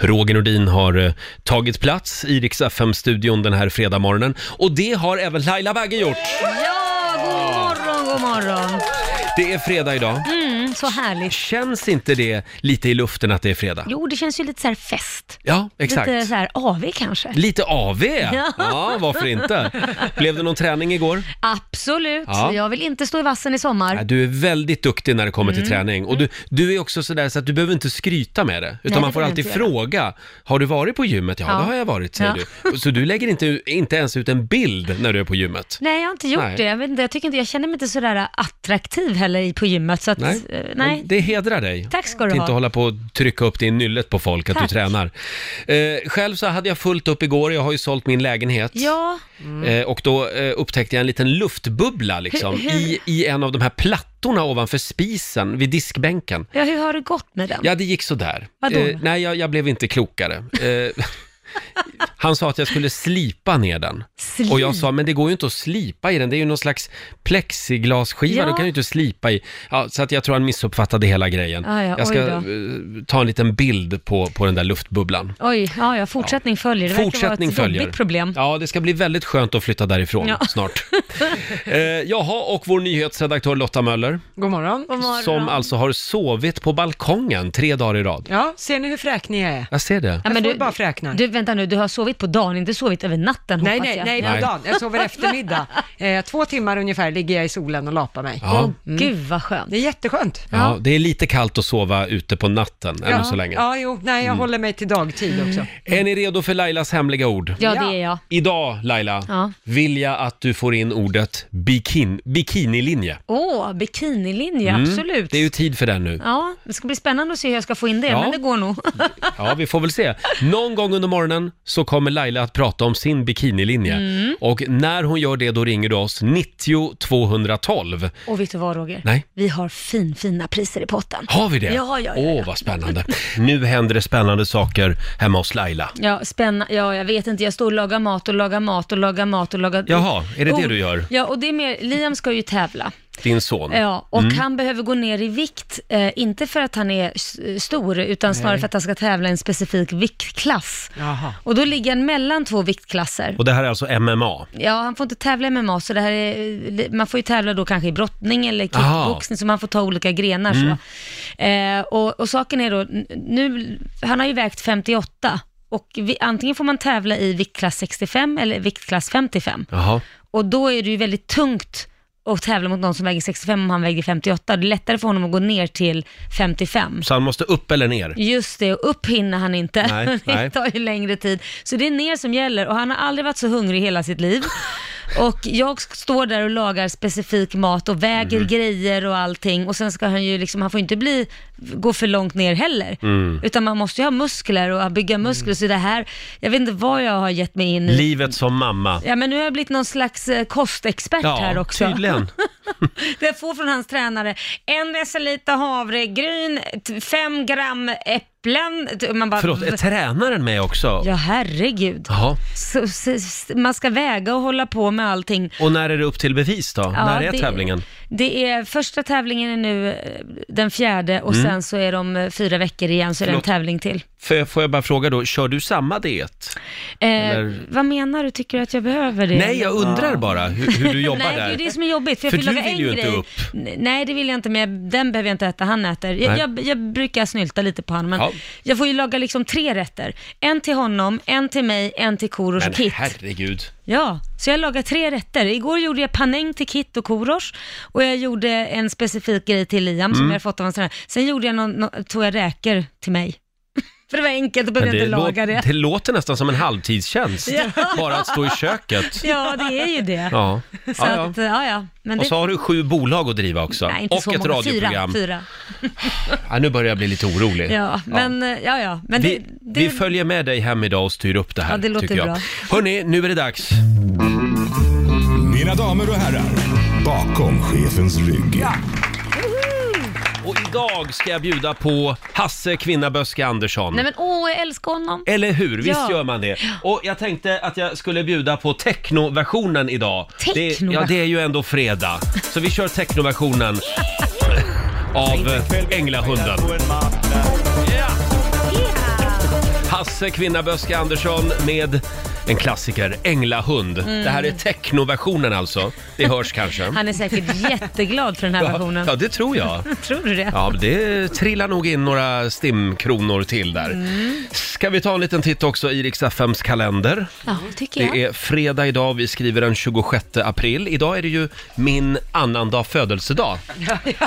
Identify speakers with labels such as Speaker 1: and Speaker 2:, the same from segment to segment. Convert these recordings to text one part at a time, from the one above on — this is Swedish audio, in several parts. Speaker 1: Roger Nordin har eh, tagit plats i Rix FM-studion den här fredagmorgonen. Och det har även Laila Bagge gjort.
Speaker 2: Ja, god morgon, god morgon.
Speaker 1: Det är fredag idag.
Speaker 2: Mm, så härligt.
Speaker 1: Känns inte det lite i luften att det är fredag?
Speaker 2: Jo, det känns ju lite så här fest.
Speaker 1: Ja, exakt.
Speaker 2: Lite så här AV kanske.
Speaker 1: Lite AV.
Speaker 2: Ja.
Speaker 1: Ja, varför inte? Blev det någon träning igår?
Speaker 2: Absolut.
Speaker 1: Ja.
Speaker 2: Jag vill inte stå i vassen i
Speaker 1: Ja,
Speaker 2: sommar.
Speaker 1: Du är väldigt duktig när det kommer
Speaker 2: Mm.
Speaker 1: till träning och du, du är också sådär så att du behöver inte skryta med det utan
Speaker 2: det
Speaker 1: man får
Speaker 2: behöver jag
Speaker 1: alltid
Speaker 2: inte göra.
Speaker 1: fråga. Har du varit på gymmet? Ja,
Speaker 2: Ja.
Speaker 1: det har jag varit, säger
Speaker 2: Ja.
Speaker 1: du. Så du lägger inte, inte ens ut en bild när du är på gymmet?
Speaker 2: Nej, jag har inte gjort
Speaker 1: Nej.
Speaker 2: det. Jag, vet inte, jag, tycker inte, jag känner mig inte sådär attraktiv heller i- på gymmet. Så att,
Speaker 1: Nej,
Speaker 2: eh, nej.
Speaker 1: Men det hedrar dig.
Speaker 2: Tack ska
Speaker 1: Att
Speaker 2: du
Speaker 1: inte
Speaker 2: ha.
Speaker 1: hålla på och trycka upp det i nyllet på folk att
Speaker 2: Tack.
Speaker 1: du tränar. Eh, själv så hade jag fullt upp igår, jag har ju sålt min lägenhet.
Speaker 2: Ja,
Speaker 1: Eh, och då eh, upptäckte jag en liten luftbubbla liksom,
Speaker 2: Hur- hur-
Speaker 1: I, i en av de här plattorna ovanför spisen vid diskbänken.
Speaker 2: ja, hur har det gått med den?
Speaker 1: Ja, det gick sådär. Eh,
Speaker 2: Vadå?
Speaker 1: nej, jag, jag blev inte klokare. Eh, han sa att jag skulle slipa ner den.
Speaker 2: Slip.
Speaker 1: Och jag sa, men det går ju inte att slipa i den, det är ju någon slags plexiglasskiva,
Speaker 2: Ja.
Speaker 1: du kan ju inte slipa i. Ja, så att jag tror han missuppfattade hela grejen.
Speaker 2: Ja, Ah, ja,
Speaker 1: jag ska
Speaker 2: oj då.
Speaker 1: eh, ta en liten bild på, på den där luftbubblan.
Speaker 2: Oj, ja, ja, fortsättning följer. Det
Speaker 1: Fortsättning
Speaker 2: verkar vara ett
Speaker 1: följer.
Speaker 2: jobbigt problem.
Speaker 1: Ja, det ska bli väldigt skönt att flytta därifrån
Speaker 2: Mm. Ja.
Speaker 1: snart. Eh, jaha, och vår nyhetsredaktör Lotta Möller,
Speaker 3: God morgon.
Speaker 2: God morgon.
Speaker 1: som alltså har sovit på balkongen tre dagar i rad.
Speaker 3: Ja, ser ni hur fräknig jag är?
Speaker 1: Jag ser det.
Speaker 2: Ja, men
Speaker 3: Jag
Speaker 2: du,
Speaker 3: får bara fräknar.
Speaker 2: du, vänta nu, du har sovit på dagen, inte sovit över natten
Speaker 3: Nej,
Speaker 2: hoppas
Speaker 3: nej,
Speaker 2: jag.
Speaker 3: nej,
Speaker 1: Nej.
Speaker 3: på dagen. Jag sover eftermiddag. Eh, två timmar ungefär ligger jag i solen och lapar mig.
Speaker 1: Ja.
Speaker 2: Åh, gud vad skönt.
Speaker 3: Det är jätteskönt.
Speaker 1: Ja, det är lite kallt att sova ute på natten ännu
Speaker 3: ja.
Speaker 1: så länge. Mm.
Speaker 3: Ja, jo, nej, jag håller mig till dagtid
Speaker 2: Mm.
Speaker 3: också.
Speaker 1: Är ni redo för Lailas hemliga ord?
Speaker 2: Ja,
Speaker 3: Ja.
Speaker 2: det är jag.
Speaker 1: Idag, Laila,
Speaker 2: Ja.
Speaker 1: vill jag att du får in ordet bikin, bikinilinje.
Speaker 2: Åh, bikinilinje, absolut.
Speaker 1: Mm. Det är ju tid för den nu.
Speaker 2: Ja, det ska bli spännande att se hur jag ska få in det,
Speaker 1: Ja.
Speaker 2: men det går nog.
Speaker 1: Ja, vi får väl se. Någon gång under morgonen så kommer Laila att prata om sin bikinilinje.
Speaker 2: Mm.
Speaker 1: Och när hon gör det, då ringer du oss 90 212.
Speaker 2: Och vet du vad Roger?
Speaker 1: Nej.
Speaker 2: Vi har fin, fina priser i potten.
Speaker 1: Har vi det?
Speaker 2: Ja, ja, ja,
Speaker 1: Åh,
Speaker 2: ja.
Speaker 1: vad spännande. Nu händer det spännande saker hemma hos Laila.
Speaker 2: Ja, spänna, ja, jag vet inte. Jag står och lagar mat och lagar mat och lagar mat och lagar...
Speaker 1: Jaha, är det det du gör?
Speaker 2: Ja, och det är mer, Liam ska ju tävla.
Speaker 1: Din son.
Speaker 2: Ja, och
Speaker 1: Mm.
Speaker 2: han behöver gå ner i vikt, eh, inte för att han är s- stor, utan snarare för att han ska tävla i en specifik viktklass.
Speaker 3: Jaha.
Speaker 2: Och då ligger han mellan två viktklasser.
Speaker 1: Och det här är alltså MMA.
Speaker 2: Ja, han får inte tävla i MMA, så det här är, man får ju tävla då kanske i brottning eller
Speaker 1: Aha.
Speaker 2: kickboxning, så man får ta olika grenar. Så. Eh, och, och saken är då, n- nu, han har ju vägt 58, och vi, antingen får man tävla i viktklass 65 eller viktklass 55.
Speaker 1: Jaha.
Speaker 2: Och då är det ju väldigt tungt att tävla mot någon som väger 65 om han väger 58. Det är lättare för honom att gå ner till 55.
Speaker 1: Så han måste upp eller ner?
Speaker 2: Just det, och upp hinner han inte.
Speaker 1: Nej, nej.
Speaker 2: det tar ju längre tid. Så det är ner som gäller och han har aldrig varit så hungrig i hela sitt liv. Och jag står där och lagar specifik mat och väger
Speaker 1: Mhm.
Speaker 2: grejer och allting och sen ska han ju liksom, han får inte bli, gå för långt ner heller.
Speaker 1: Mm.
Speaker 2: Utan man måste ju ha muskler och bygga muskler. Så det här, jag vet inte vad jag har gett mig in i.
Speaker 1: Livet som mamma.
Speaker 2: Ja, men nu har jag blivit någon slags eh, kostexpert här också.
Speaker 1: tydligen.
Speaker 2: Jag får från hans tränare en deciliter havregryn, t- fem gram äpplen. T- Man bara,
Speaker 1: Förlåt, är tränaren med också?
Speaker 2: Ja, herregud.
Speaker 1: Jaha.
Speaker 2: Så, s- s- man ska väga och hålla på med allting.
Speaker 1: Och när är det upp till bevis då?
Speaker 2: Ja,
Speaker 1: när är
Speaker 2: det-
Speaker 1: tävlingen?
Speaker 2: Det är, första tävlingen är nu eh, den fjärde och sen så är de eh, fyra veckor igen så är det en
Speaker 1: Mm. Förlåt.
Speaker 2: tävling till.
Speaker 1: Får jag, får jag bara fråga då, kör du samma diet?
Speaker 2: Eh,
Speaker 1: Eller-
Speaker 2: Vad menar du? Tycker du att jag behöver det?
Speaker 1: Nej, jag undrar bara hur, hur du jobbar
Speaker 2: Nej, det är ju
Speaker 1: där.
Speaker 2: det som är jobbigt. För, jag
Speaker 1: För
Speaker 2: får
Speaker 1: du
Speaker 2: laga
Speaker 1: vill
Speaker 2: en
Speaker 1: ju inte
Speaker 2: grej.
Speaker 1: upp.
Speaker 2: N- Nej, det vill jag inte, men jag, den behöver jag inte äta. Han äter. Jag,
Speaker 1: Nej.
Speaker 2: jag, jag brukar snylta lite på honom, men
Speaker 1: Ja.
Speaker 2: jag får ju laga liksom tre rätter. En till honom, en till mig, en till Korosh
Speaker 1: Men
Speaker 2: och Kit.
Speaker 1: herregud.
Speaker 2: Ja, så jag lagar tre rätter. Igår gjorde jag panäng till Kit och Korosh och jag gjorde en specifik grej till Liam
Speaker 1: Mm.
Speaker 2: som jag hade fått av hans tränare. Sen gjorde jag någon, nå- tog jag räkor till mig. För det var enkelt,
Speaker 1: Men
Speaker 2: då behövde jag inte
Speaker 1: lå-
Speaker 2: laga det.
Speaker 1: det låter nästan som en halvtidstjänst, bara att stå i köket.
Speaker 2: Ja, det är ju det.
Speaker 1: Ja. Ja,
Speaker 2: Så
Speaker 1: ja.
Speaker 2: att, ja, ja. Men
Speaker 1: Och
Speaker 2: det...
Speaker 1: så har du sju bolag att driva också.
Speaker 2: Nej, inte
Speaker 1: och
Speaker 2: så
Speaker 1: ett
Speaker 2: många.
Speaker 1: radioprogram.
Speaker 2: Fyra, fyra.
Speaker 1: Ja, nu börjar jag bli lite orolig.
Speaker 2: Ja, men eh, ja, ja. Men
Speaker 1: Vi,
Speaker 2: det, det,
Speaker 1: vi följer med dig hem idag och styr upp det här.
Speaker 2: Ja, det låter
Speaker 1: tycker jag.
Speaker 2: bra.
Speaker 1: Hörni, nu är det dags.
Speaker 4: Mina damer och herrar, bakom chefens rygg.
Speaker 1: Och idag ska jag bjuda på Hasse Kvinnaböske Andersson.
Speaker 2: Nej men åh, jag älskar honom.
Speaker 1: Eller hur? Visst
Speaker 2: Ja.
Speaker 1: gör man det. Och jag tänkte att jag skulle bjuda på technoversionen idag. Det,
Speaker 2: Techno-
Speaker 1: ja, det är ju ändå fredag. Så vi kör technoversionen av eh, Änglahunden. Yeah! Hasse Kvinnaböske Andersson med en klassiker, Änglahund.
Speaker 2: Mm.
Speaker 1: Det här är technoversionen alltså. Det hörs kanske.
Speaker 2: Han är säkert jätteglad för den här versionen.
Speaker 1: Ja, det tror jag.
Speaker 2: Tror du det?
Speaker 1: Ja, men det trillar nog in några stimkronor till där. Ska vi ta en liten titt också i riks FMs kalender?
Speaker 2: Ja, tycker jag.
Speaker 1: Det är fredag idag, vi skriver den 26 april. Idag är det ju min annandag födelsedag.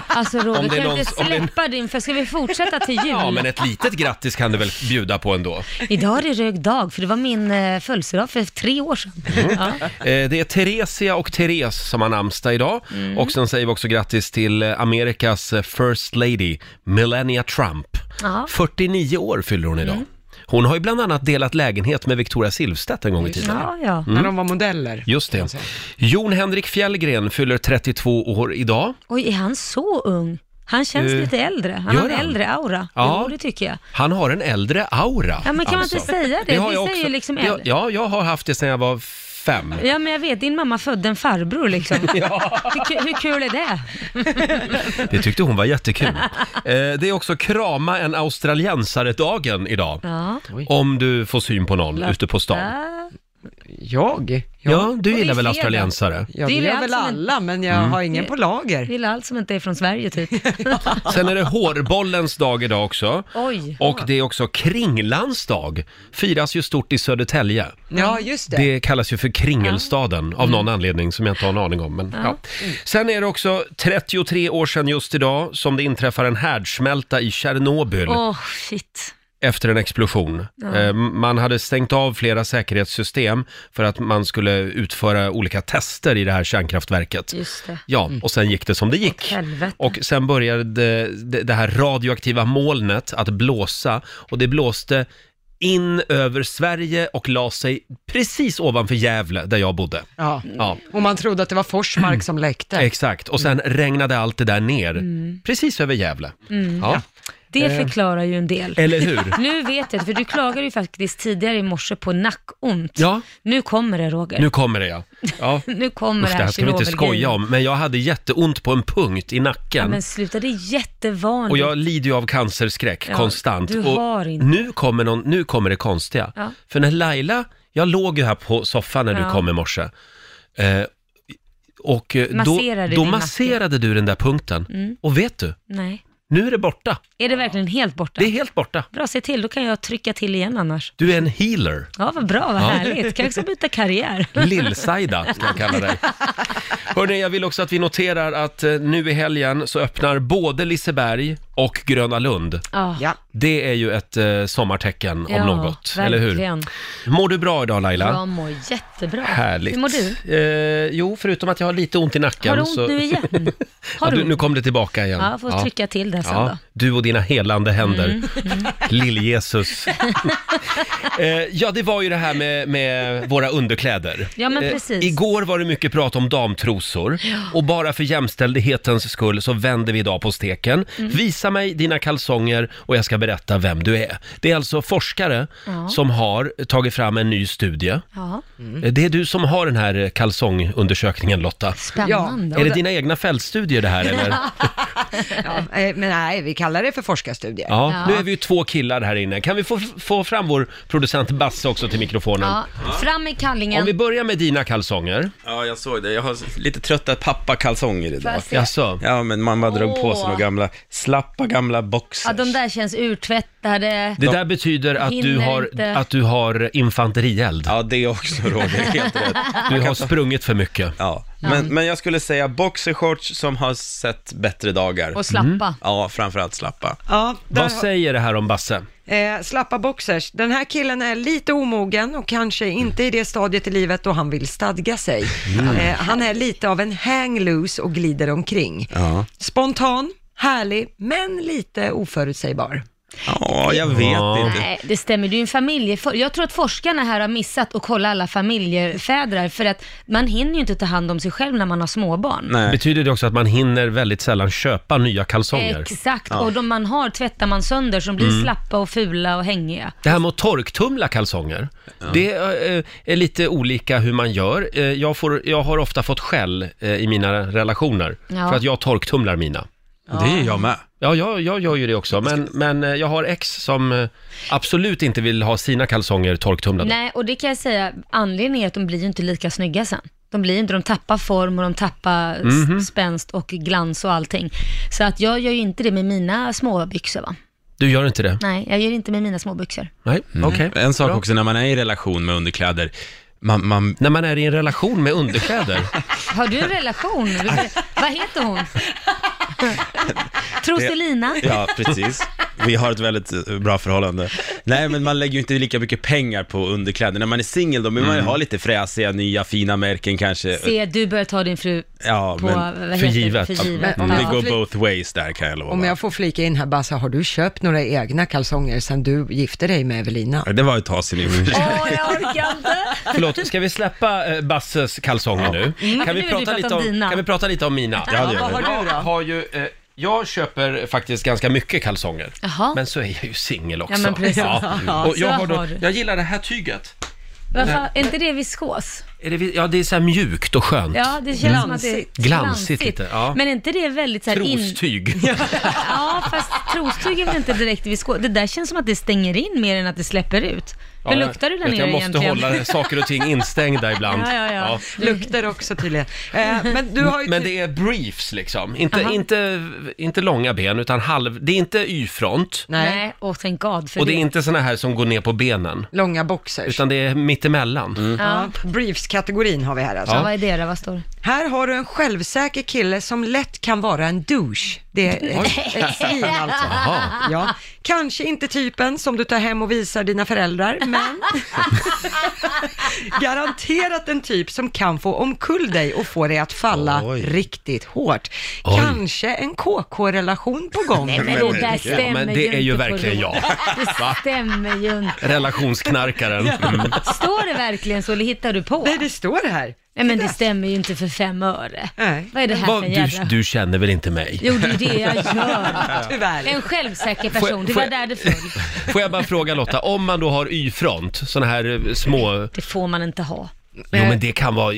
Speaker 2: Alltså Roger,
Speaker 1: Om det är
Speaker 2: kan du
Speaker 1: någon-
Speaker 2: inte
Speaker 1: om det är-
Speaker 2: släppa din för Ska vi fortsätta till jul?
Speaker 1: Ja, men ett litet grattis kan du väl bjuda på ändå.
Speaker 2: Idag är det rög dag, för det var min eh, födelsedag för tre år sedan. Ja.
Speaker 1: Eh, Det är Teresia och Therese som har namnsdag idag.
Speaker 2: Mm.
Speaker 1: Och sen säger vi också grattis till eh, Amerikas eh, First Lady, Melania Trump.
Speaker 2: Ja. Mm.
Speaker 1: 49 år fyller hon idag. Hon har ju bland annat delat lägenhet med Victoria Silvstedt en gång i tiden.
Speaker 2: Ja, ja.
Speaker 3: När de var modeller.
Speaker 1: Just det. Jon Henrik Fjällgren fyller 32 år idag.
Speaker 2: Oj, är han så ung? Han känns
Speaker 1: Eh,
Speaker 2: lite äldre. Han
Speaker 1: gör
Speaker 2: har en
Speaker 1: han?
Speaker 2: äldre aura.
Speaker 1: Ja.
Speaker 2: Ja. Jo, det tycker jag.
Speaker 1: Han har en äldre aura. Alltså.
Speaker 2: Ja, men kan man inte säga det? Vi säger ju liksom
Speaker 1: Ja,
Speaker 2: äldre.
Speaker 1: ja, jag har haft det sedan jag var fem.
Speaker 2: Ja, men jag vet, din mamma födde en farbror liksom. hur, ku- hur kul är det?
Speaker 1: Det tyckte hon var jättekul. Eh, det är också krama en australiensare-dagen idag.
Speaker 2: Ja.
Speaker 1: Om du får syn på någon ute på stan.
Speaker 2: Ah,
Speaker 3: Jag? Jag,
Speaker 1: Ja, Mm. du
Speaker 2: är
Speaker 1: gillar väl
Speaker 2: fredag.
Speaker 1: australiensare?
Speaker 3: jag
Speaker 2: Det Mm. är ju
Speaker 3: gillar
Speaker 2: allt
Speaker 3: väl
Speaker 2: som en-
Speaker 3: alla, men jag har ingen på lager.
Speaker 2: gillar allt som inte är från Sverige typ.
Speaker 1: Sen är det hårbollens dag idag också.
Speaker 2: Oj.
Speaker 1: Och det är också kringlans dag. Firas ju stort i Södertälje.
Speaker 3: Ja, just det.
Speaker 1: Det kallas ju för Kringelstaden av någon anledning som jag inte har en aning om. Men, ja. Sen är det också 33 år sedan just idag som det inträffar en härdsmälta i Tjernobyl
Speaker 2: Åh, shit.
Speaker 1: efter en explosion. Eh, Man hade stängt av flera säkerhetssystem för att man skulle utföra olika tester i det här kärnkraftverket.
Speaker 2: Just det.
Speaker 1: Ja, och sen gick det som det gick.
Speaker 2: helvete.
Speaker 1: Och sen började det, det- det här radioaktiva molnet att blåsa och det blåste in över Sverige och la sig precis ovanför Gävle där jag bodde.
Speaker 3: Ja.
Speaker 1: Ja,
Speaker 3: Och man trodde att det var
Speaker 1: Mm.
Speaker 3: Forsmark som läckte.
Speaker 1: exakt. Och sen regnade allt det där ner, precis över Gävle. Mm. Ja. eh,
Speaker 2: Det förklarar ju en del.
Speaker 1: Eller hur?
Speaker 2: Nu vet jag, för du klagade ju faktiskt tidigare i morse på nackont.
Speaker 1: Ja,
Speaker 2: Nu kommer det Roger.
Speaker 1: nu kommer det ja. ja.
Speaker 2: Nu kommer
Speaker 1: Usch, det här ska vi inte
Speaker 2: kirovergrejen.
Speaker 1: skoja om, men jag hade jätteont på en punkt i
Speaker 2: Ja,
Speaker 1: nacken.
Speaker 2: men sluta, det är jättevanligt.
Speaker 1: Och jag lider ju av cancerskräck
Speaker 2: Mm. Ja,
Speaker 1: konstant.
Speaker 2: du
Speaker 1: och
Speaker 2: har inte.
Speaker 1: Nu, kommer någon, nu kommer det konstiga.
Speaker 2: Ja.
Speaker 1: För när Laila, jag låg ju här på soffan när du
Speaker 2: Ja.
Speaker 1: kom i morse. Eh, och eh,
Speaker 2: Masserade
Speaker 1: då, då
Speaker 2: din Mm. nacke.
Speaker 1: masserade du den där punkten. Och vet du,
Speaker 2: Nej.
Speaker 1: nu är det borta.
Speaker 2: Är det verkligen helt borta?
Speaker 1: Det är helt borta.
Speaker 2: Bra, se till, då kan jag trycka till igen annars.
Speaker 1: Du är en healer.
Speaker 2: Ja, vad bra, vad härligt. Kan jag också byta karriär?
Speaker 1: Lillsajda ska jag kalla dig. Hörrni, jag vill också att vi noterar att eh, nu i helgen så öppnar både Liseberg och Gröna Lund.
Speaker 2: Ja,
Speaker 3: Ja.
Speaker 1: Det är ju ett eh, sommartecken
Speaker 2: ja,
Speaker 1: om något, eller hur?
Speaker 2: verkligen.
Speaker 1: Mår du bra idag Laila?
Speaker 2: Jag mår jättebra.
Speaker 1: Härligt.
Speaker 2: Hur mår du?
Speaker 1: Eh, jo, förutom att jag har lite ont i nacken.
Speaker 2: Har du ont
Speaker 1: så...
Speaker 2: nu igen? Har
Speaker 1: ja,
Speaker 2: du
Speaker 1: du, nu
Speaker 2: ont?
Speaker 1: kom det tillbaka igen.
Speaker 2: Ja, jag får trycka till det sen
Speaker 1: Ja,
Speaker 2: då. Mm.
Speaker 1: du och dina helande händer. Lill-Jesus. eh, ja, det var ju det här med, med våra underkläder.
Speaker 2: Ja, men precis.
Speaker 1: Eh, igår var det mycket prat om damtrosor. Och bara för jämställdhetens skull så vänder vi idag på steken.
Speaker 2: Mm.
Speaker 1: Visa mig dina kalsonger och jag ska berätta vem du är. Det är alltså forskare som har tagit fram en ny studie.
Speaker 2: Ja,
Speaker 1: Mm. Eh, Det är du som har den här eh, kalsongundersökningen Lotta.
Speaker 2: spännande.
Speaker 1: Är det dina egna fältstudier det här eller?
Speaker 3: Ja, eh, men nej, vi kallar det för forskarstudier.
Speaker 1: Ja.
Speaker 2: Ja.
Speaker 1: Nu är vi ju två killar här inne. Kan vi få, få fram vår producent Basse också till mikrofonen?
Speaker 2: Ja, fram med kallingen.
Speaker 1: Om vi börjar med dina kalsonger.
Speaker 5: Ja, jag såg det. Jag har lite trötta pappakalsonger
Speaker 2: Får
Speaker 5: idag.
Speaker 2: jag se?
Speaker 1: Jaså?
Speaker 5: Ja, men mamma drog på sig
Speaker 2: Åh.
Speaker 5: några gamla, slappa gamla boxers.
Speaker 2: Ja, de där känns urtvättade.
Speaker 1: Det där betyder att du,
Speaker 2: Hinner
Speaker 1: har,
Speaker 2: inte.
Speaker 1: att du har infanterield.
Speaker 5: Ja, det också Roger, helt rätt.
Speaker 1: Du har sprungit för mycket.
Speaker 5: Ja, men, men jag skulle säga boxershorts som har sett bättre dagar.
Speaker 2: Och slappa.
Speaker 1: Mm.
Speaker 5: Ja, framförallt slappa.
Speaker 3: Ja, där
Speaker 1: Vad
Speaker 3: har-
Speaker 1: säger det här om Basse?
Speaker 3: Eh, slappa boxers. Den här killen är lite omogen och kanske inte i det stadiet i livet då han vill stadga sig. Eh, han är lite av en hang loose och glider omkring.
Speaker 5: Ja,
Speaker 3: Spontan, härlig, men lite oförutsägbar.
Speaker 5: ja jag vet
Speaker 1: Ja.
Speaker 5: inte.
Speaker 2: Nej, det stämmer. Du är en familjefor- Jag tror att forskarna här har missat att kolla alla familjefädrar, för att man hinner ju inte ta hand om sig själv när man har småbarn.
Speaker 5: Nej.
Speaker 1: Betyder det också att man hinner väldigt sällan köpa nya kalsonger?
Speaker 2: Exakt, och de man har tvättar man sönder så de blir
Speaker 1: Mm.
Speaker 2: slappa och fula och hängiga.
Speaker 1: Det här med att torktumla kalsonger, det eh, är lite olika hur man gör. Eh, Jag, får, jag har ofta fått skäll eh, i mina relationer
Speaker 2: Ja.
Speaker 1: för att jag torktumlar mina.
Speaker 5: Det är jag med.
Speaker 1: Ja, jag, jag gör ju det också, men, men eh, jag har ex som eh, absolut inte vill ha sina kalsonger torktumlade.
Speaker 2: Nej, och det kan jag säga, anledningen är att de blir ju inte lika snygga sen. De blir inte, de tappar form och de tappar s-
Speaker 1: Mhm.
Speaker 2: spänst och glans och allting. Så att jag gör ju inte det med mina små byxor va?
Speaker 1: Du gör inte det?
Speaker 2: Nej, jag gör inte med mina små byxor.
Speaker 1: Nej, okej.
Speaker 5: Mm. En sak
Speaker 1: Bra.
Speaker 5: också när man är i relation med underkläder, man, man,
Speaker 1: När man är i en relation med underkläder?
Speaker 2: Har du en relation? Vilka- Vad heter hon? Troselina?
Speaker 5: Ja, precis. Vi har ett väldigt eh, bra förhållande. Nej, men man lägger ju inte lika mycket pengar på underkläder. När man är singel då vill man ju ha lite fräsiga, nya, fina märken kanske.
Speaker 2: Se, du börjar ta din fru
Speaker 5: Ja,
Speaker 2: på,
Speaker 5: men
Speaker 2: vad heter
Speaker 5: Mm.
Speaker 2: det?
Speaker 1: för givet.
Speaker 2: För givet.
Speaker 3: Men-
Speaker 5: det
Speaker 2: Ja.
Speaker 5: går both ways där kan jag lova.
Speaker 3: Om jag får flika in här, Bassa, har du köpt några egna kalsonger sedan du gifte dig med Evelina?
Speaker 5: Ja, Det var ju ett tag sedan i och för sig.
Speaker 2: Åh, jag orkar inte!
Speaker 1: Förlåt, ska vi släppa eh, Basses kalsonger nu?
Speaker 2: Ja,
Speaker 1: Kan
Speaker 2: nu
Speaker 1: vi,
Speaker 2: vill
Speaker 1: prata
Speaker 2: vi
Speaker 1: lite
Speaker 2: prata om
Speaker 1: om,
Speaker 2: dina.
Speaker 1: kan vi prata lite om mina?
Speaker 5: Ja, det gör
Speaker 3: Vad
Speaker 5: det.
Speaker 3: har du
Speaker 1: Jag
Speaker 3: då?
Speaker 1: har ju, eh, jag köper faktiskt ganska mycket kalsonger.
Speaker 2: Jaha.
Speaker 1: Men så är jag ju singel också.
Speaker 2: Ja, men precis.
Speaker 1: Ja. Mm. Och
Speaker 2: Så
Speaker 1: jag, har
Speaker 2: har
Speaker 1: då,
Speaker 2: du.
Speaker 1: jag gillar det här tyget.
Speaker 2: Varför, är inte det viskos?
Speaker 1: Är det, vi- ja, det är så här mjukt och skönt.
Speaker 2: Ja, det känns som att det är
Speaker 3: Glansigt.
Speaker 1: Glansigt lite, ja.
Speaker 2: Men är inte det väldigt så här in...
Speaker 1: Trostyg.
Speaker 2: Ja, fast trostyg är väl inte direkt viskos? Det där känns som att det stänger in mer än att det släpper ut. Hur
Speaker 1: Ja,
Speaker 2: luktar du där
Speaker 1: vet
Speaker 2: nere
Speaker 1: Jag måste
Speaker 2: egentligen?
Speaker 1: hålla saker och ting instängda ibland.
Speaker 2: Ja, ja, ja.
Speaker 3: Luktar också tydligen. Eh, men du har ju...
Speaker 1: Men
Speaker 3: ty-
Speaker 1: det är briefs liksom. Inte,
Speaker 2: Aha.
Speaker 1: inte, inte långa ben, utan halv... Det är inte Y-front.
Speaker 3: Nej,
Speaker 2: Nej, åh thank God för
Speaker 1: Och det
Speaker 2: det.
Speaker 1: är inte såna här som går ner på benen.
Speaker 3: långa boxers.
Speaker 1: Utan det är mittemellan.
Speaker 3: Ja. Briefs-kategorin har vi här alltså.
Speaker 2: Ja, vad är det då? Vad står det?
Speaker 3: Här har du en självsäker kille som lätt kan vara en douche. Det är ett, ett svin alltså. Ja. Kanske inte typen som du tar hem och visar dina föräldrar, men garanterat en typ som kan få omkull dig och få dig att falla
Speaker 5: Oj.
Speaker 3: riktigt hårt.
Speaker 1: Oj.
Speaker 3: Kanske en KK-relation på gång.
Speaker 2: Nej, men
Speaker 5: Men
Speaker 2: det där
Speaker 5: herregud.
Speaker 2: stämmer
Speaker 1: Ja, men det
Speaker 2: inte
Speaker 1: är ju
Speaker 2: på
Speaker 1: verkligen
Speaker 2: rå-
Speaker 1: jag.
Speaker 2: Det stämmer ju inte.
Speaker 1: Relationsknarkaren. Mm.
Speaker 2: Står det verkligen så eller hittar du på?
Speaker 3: Nej, det står här.
Speaker 2: Nej men det stämmer ju inte för fem öre.
Speaker 3: Nej.
Speaker 2: Vad är det här
Speaker 1: Vad,
Speaker 2: för
Speaker 1: du,
Speaker 2: jävla...
Speaker 1: du känner väl inte mig?
Speaker 2: Jo det är det jag gör.
Speaker 3: Tyvärr.
Speaker 2: En självsäker
Speaker 1: Får
Speaker 2: person,
Speaker 1: jag-
Speaker 2: det
Speaker 1: får
Speaker 2: var
Speaker 1: jag-
Speaker 2: där det föll.
Speaker 1: Får jag bara fråga Lotta, om man då har Y-front, såna här eh, små...
Speaker 2: Det får man inte ha.
Speaker 1: Jo men det kan vara...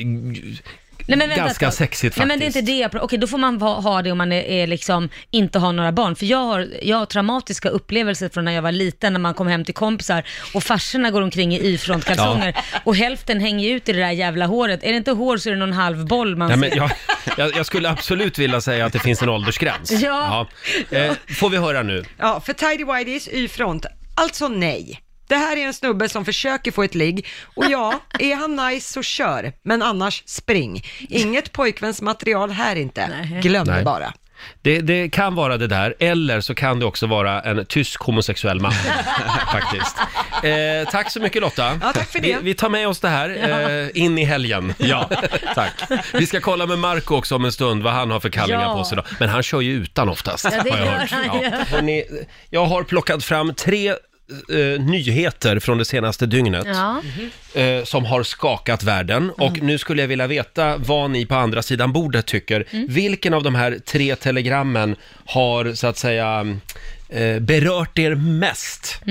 Speaker 2: Nej, men vänta, ett
Speaker 1: Ganska
Speaker 2: tag.
Speaker 1: sexigt
Speaker 2: Nej men det är
Speaker 1: faktiskt.
Speaker 2: inte det jag pratar Okej då får man va- ha det om man är, är liksom, inte har några barn. För jag har, jag har traumatiska upplevelser från när jag var liten när man kom hem till kompisar och farsorna går omkring i Y-frontkalsonger och hälften hänger ju ut i det där jävla håret. Är det inte hår så är det någon halv boll man
Speaker 1: Nej,
Speaker 2: ser.
Speaker 1: men jag, jag, jag skulle absolut vilja säga att det finns en åldersgräns.
Speaker 2: Ja.
Speaker 1: Ja. Eh, får vi höra nu?
Speaker 3: Ja, för Tidy Whiteys Y-front, alltså nej. Det här är en snubbe som försöker få ett ligg och ja, är han nice så kör, men annars spring. Inget pojkvänsmaterial här inte, glöm det
Speaker 1: Nej.
Speaker 3: bara.
Speaker 1: Det, det kan vara det där, eller så kan det också vara en tysk homosexuell man. faktiskt. Eh, tack så mycket Lotta.
Speaker 3: Ja, tack för det.
Speaker 1: Vi, vi tar med oss det här eh, in i helgen.
Speaker 5: Ja, tack.
Speaker 1: Vi ska kolla med Marco också om en stund vad han har för kallingar
Speaker 2: Ja.
Speaker 1: på sig idag. Men han kör ju utan oftast.
Speaker 2: Ja, det
Speaker 1: har jag,
Speaker 2: gör
Speaker 1: hört.
Speaker 2: han ju.
Speaker 1: Hörrni, jag har plockat fram tre eh, nyheter från det senaste dygnet
Speaker 2: Ja. Mm.
Speaker 1: eh, som har skakat världen. Och nu skulle jag vilja veta vad ni på andra sidan bordet tycker.
Speaker 2: Mm.
Speaker 1: Vilken av de här tre telegrammen har så att säga eh, berört er mest?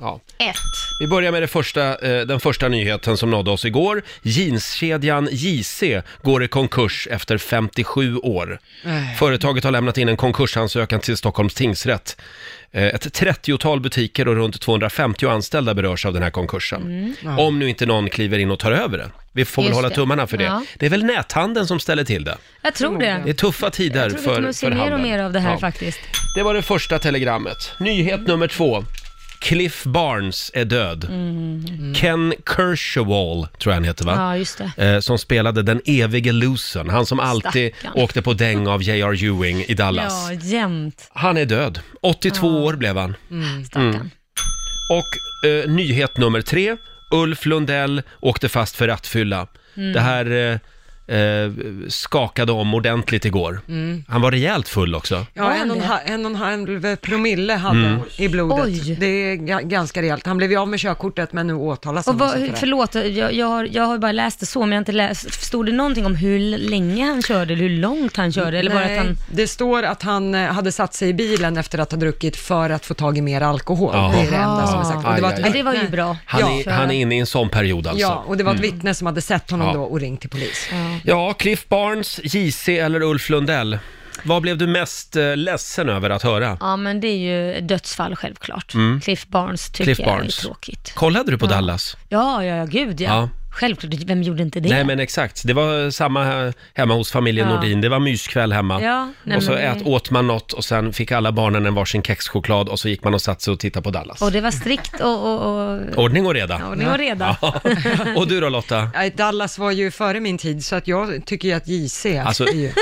Speaker 1: Ja.
Speaker 2: Ett.
Speaker 1: Vi börjar med det första, eh, den första nyheten som nådde oss igår. Jeanskedjan JC går i konkurs efter 57 år. Företaget har lämnat in en konkursansökan till Stockholms tingsrätt. Eh, Ett 30-tal butiker och runt 250 anställda berörs av den här konkursen. Om nu inte någon kliver in och tar över det. Vi får väl
Speaker 2: Mm, Just
Speaker 1: hålla
Speaker 2: det.
Speaker 1: tummarna för det.
Speaker 2: Ja.
Speaker 1: Det är väl näthandeln som ställer till det.
Speaker 2: Jag tror det.
Speaker 1: Det är tuffa tider
Speaker 2: Jag tror vi
Speaker 1: för,
Speaker 2: kommer att se
Speaker 1: för
Speaker 2: mer och
Speaker 1: handeln.
Speaker 2: mer av det här
Speaker 1: Ja.
Speaker 2: faktiskt.
Speaker 1: Det var det första telegrammet. Nyhet nummer två. Cliff Barnes är död. Ken Kershawall, tror jag han heter va?
Speaker 2: Mm. Ja, just det.
Speaker 1: Eh, som spelade den evige losern, han som alltid
Speaker 2: Stackarn.
Speaker 1: åkte på däng av J.R. Ewing i Dallas.
Speaker 2: Ja, jämt.
Speaker 1: Han är död. 82 år blev han.
Speaker 2: Stackarn.
Speaker 1: Mm. Och eh, nyhet nummer tre. Ulf Lundell åkte fast för rattfylla.
Speaker 2: Mm.
Speaker 1: Det här eh, eh, skakade om ordentligt igår.
Speaker 2: Mm.
Speaker 1: Han var rejält full också.
Speaker 2: Var
Speaker 3: Ja,
Speaker 2: han
Speaker 3: en och, en,
Speaker 2: det?
Speaker 3: ha- en och en halv promille hade
Speaker 1: Mm.
Speaker 3: i blodet.
Speaker 2: Oj.
Speaker 3: Det är ga- ganska rejält. Han blev ju av med körkortet men nu åtalas han
Speaker 2: Och vad,
Speaker 3: också för det.
Speaker 2: förlåt, jag, jag, har, jag har ju bara läst det så, men jag har inte läst, stod det någonting om hur länge han körde eller hur långt han körde? Eller bara
Speaker 3: Nej,
Speaker 2: att han...
Speaker 3: Det står att han eh, hade satt sig i bilen efter att ha druckit för att få tag i mer alkohol.
Speaker 1: Jaha.
Speaker 3: Det är det enda som är sagt. Och det var
Speaker 1: Aj,
Speaker 3: ett
Speaker 1: aj,
Speaker 2: Men
Speaker 1: aj.
Speaker 2: det var ju bra.
Speaker 1: Han,
Speaker 3: Ja.
Speaker 1: är, han är inne i en sån period alltså.
Speaker 3: Ja, och det var ett vittne som hade sett honom
Speaker 1: Ja.
Speaker 3: då och ringt till polis.
Speaker 1: Ja, Cliff Barnes, JC eller Ulf Lundell? Vad blev du mest eh, ledsen över att höra?
Speaker 2: Ja, men det är ju dödsfall självklart. Cliff Barnes tycker
Speaker 1: Mm. Cliff
Speaker 2: jag är
Speaker 1: Barnes.
Speaker 2: tråkigt.
Speaker 1: Kollade du på Dallas?
Speaker 2: Ja, ja, ja, gud ja.
Speaker 1: Ja.
Speaker 2: Självklart, vem gjorde inte det?
Speaker 1: Nej men exakt, det var samma he- hemma hos familjen
Speaker 2: Ja.
Speaker 1: Nordin, det var myskväll hemma.
Speaker 2: Ja, nej,
Speaker 1: och så
Speaker 2: men det-
Speaker 1: ät, åt man något och sen fick alla barnen en varsin kexchoklad och så gick man och satte sig och tittade på Dallas.
Speaker 2: Och det var strikt och, och, och,
Speaker 1: Ordning och reda.
Speaker 2: och ni var redan.
Speaker 1: Ja. Och du då Lotta?
Speaker 3: Nej, Dallas var ju före min tid, så att jag tycker ju att JC
Speaker 1: Alltså,
Speaker 3: är ju...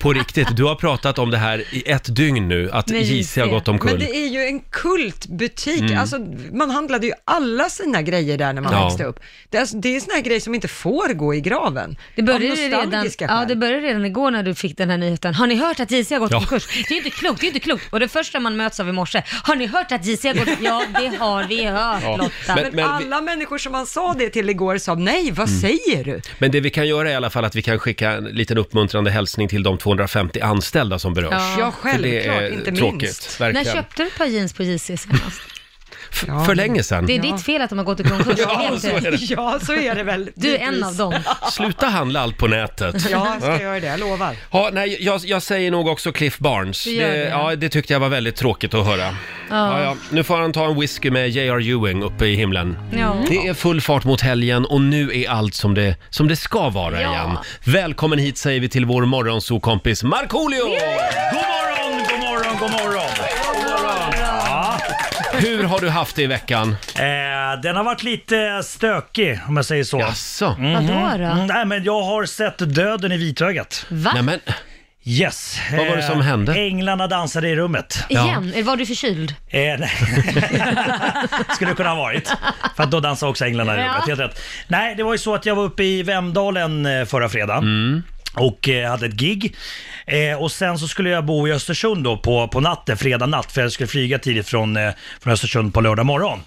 Speaker 1: På riktigt, du har pratat om det här i ett dygn nu, att
Speaker 2: Med
Speaker 1: JC har
Speaker 2: JC.
Speaker 1: gått
Speaker 3: Men
Speaker 1: omkull.
Speaker 3: det är ju en kultbutik, alltså man handlade ju alla sina grejer där när man
Speaker 1: Mm. Ja.
Speaker 3: växte upp. Det är, alltså, det är såna här grejer som inte får gå i graven.
Speaker 2: Det
Speaker 3: Av
Speaker 2: började, ju redan,
Speaker 3: nostalgiska
Speaker 2: ja,
Speaker 3: skäl.
Speaker 2: det började redan igår när du fick den här nyheten. Har ni hört att JC har gått
Speaker 1: Ja.
Speaker 2: konkurs? Det är inte klokt, det är inte klokt. Och det första man möts av i morse, har ni hört att JC har gått Ja, det har vi hört
Speaker 1: Ja.
Speaker 2: Lotta.
Speaker 1: Men- Mm.
Speaker 3: Men, alla människor som man sa det till igår sa nej, vad säger du?
Speaker 1: Men det vi kan göra är i alla fall att vi kan skicka en liten uppmuntrande hälsning till de 250 anställda som berörs.
Speaker 2: Ja.
Speaker 3: Ja,
Speaker 1: För det
Speaker 3: självklart,
Speaker 1: är
Speaker 3: inte
Speaker 1: tråkigt,
Speaker 3: minst.
Speaker 2: När
Speaker 1: verkligen.
Speaker 2: köpte du ett par jeans på JC senast?
Speaker 1: F- För länge sedan.
Speaker 2: Det är ditt fel att de har gått i konkurs.
Speaker 1: Ja,
Speaker 2: Helt
Speaker 1: så Mm-hmm. är
Speaker 2: rätt.
Speaker 1: det.
Speaker 3: Ja, så är det väl.
Speaker 2: Du är en av dem.
Speaker 1: Sluta handla allt på nätet.
Speaker 3: Ja, jag ska göra det, jag lovar.
Speaker 1: Ja, nej, jag, jag säger nog också Cliff Barnes.
Speaker 2: Du gör det.
Speaker 1: ja, det tyckte jag var väldigt tråkigt att höra. Ja, ja. Nu får han ta en whisky med J.R. Ewing uppe i himlen.
Speaker 2: Ja.
Speaker 1: Det är full fart mot helgen och nu är allt som det, som det ska vara
Speaker 2: Ja.
Speaker 1: igen. Välkommen hit säger vi till vår morgonsokompis Markoolio!
Speaker 6: God morgon, god morgon, god morgon!
Speaker 1: Hur har du haft det i veckan?
Speaker 6: Eh, den har varit lite stökig om jag säger så.
Speaker 1: Jaså?
Speaker 2: Vadå
Speaker 6: Mm,
Speaker 2: då?
Speaker 6: nej men jag har sett döden i vitögat.
Speaker 2: Va?
Speaker 1: Nej, men,
Speaker 6: Yes. Eh,
Speaker 1: Vad var det som hände?
Speaker 6: Änglarna dansade i rummet.
Speaker 2: Igen? Var du förkyld?
Speaker 6: Eh, nej. Skulle kunna ha varit. För att då dansade också änglarna i
Speaker 2: Ja.
Speaker 6: rummet, helt rätt. Nej, det var ju så att jag var uppe i Vemdalen eh, förra fredagen. Och eh, hade ett gig. Eh, och sen så skulle jag bo i Östersund då på, på natten, fredag natt. För jag skulle flyga tidigt från, eh, från Östersund på lördag morgon.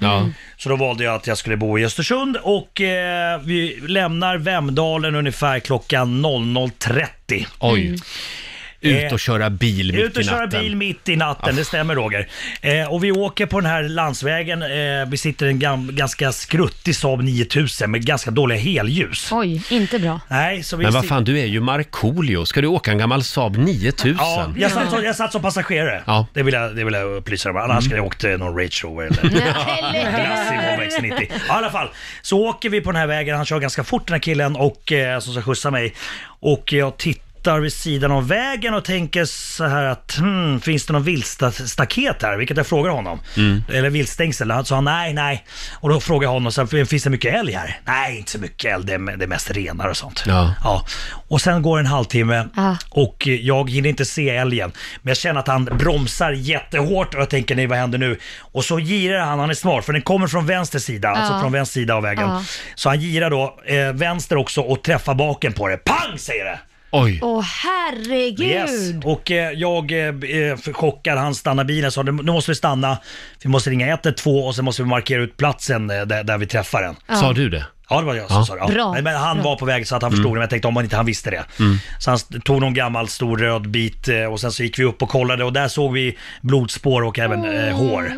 Speaker 6: Så då valde jag att jag skulle bo i Östersund. Och eh, vi lämnar Vemdalen ungefär klockan 00.30.
Speaker 1: oj. Ut
Speaker 6: Mm. Eh,
Speaker 1: och köra bil mitt
Speaker 6: Ut och
Speaker 1: i
Speaker 6: köra
Speaker 1: natten. Ah.
Speaker 6: bil mitt i natten, det stämmer Roger. Eh, och vi åker på den här landsvägen, eh, vi sitter i en gam- ganska skruttig Saab 9000 med ganska dåliga helljus.
Speaker 2: Oj, inte bra.
Speaker 6: Nej, så vi
Speaker 1: Men vad
Speaker 6: sit-
Speaker 1: fan, du är ju Markoolio. Ska du åka en gammal Saab 9000?
Speaker 6: Ja, jag satt, som- jag satt som passagerare.
Speaker 1: Ja. Mm.
Speaker 6: Det, vill jag, det vill jag upplysa dig om. Annars skulle jag åkt eh, någon Range Rover eller Classic Volvo X90. Ja, I alla fall, så åker vi på den här vägen. Han kör ganska fort den här killen och, eh, som ska skjutsa mig. Och jag tittar vid sidan av vägen och tänker så här att hmm, finns det någon viltstaket här? Vilket jag frågar honom. Eller viltstängsel. Han sa nej, nej. Och då frågar jag honom, så här, finns det mycket älg här? Nej, inte så mycket älg. Det är, det är mest renar och sånt.
Speaker 1: Ja.
Speaker 6: Ja. Och sen går en halvtimme
Speaker 2: Ja.
Speaker 6: och jag hinner inte se älgen. Men jag känner att han bromsar jättehårt och jag tänker nej vad händer nu? Och så girar han, han är smart för den kommer från vänster sida, alltså från vänster sida av vägen.
Speaker 2: Ja.
Speaker 6: Så han girar då eh, vänster också och träffar baken på det. Pang säger det!
Speaker 1: Oj.
Speaker 2: Åh herregud!
Speaker 6: Yes. Och eh, jag eh, eh, chockar, han stannar bilen så nu nu måste vi stanna, vi måste ringa 112 och sen måste vi markera ut platsen eh, där, där vi träffar den.
Speaker 1: Sa du det?
Speaker 6: Ja, det var jag som sa det. Ja.
Speaker 2: Bra.
Speaker 6: Men- Men han var på väg så att han förstod det, men jag tänkte om han inte han visste det. Så han st- tog någon gammal stor röd bit eh, och sen så gick vi upp och kollade och där såg vi blodspår och även eh, hår.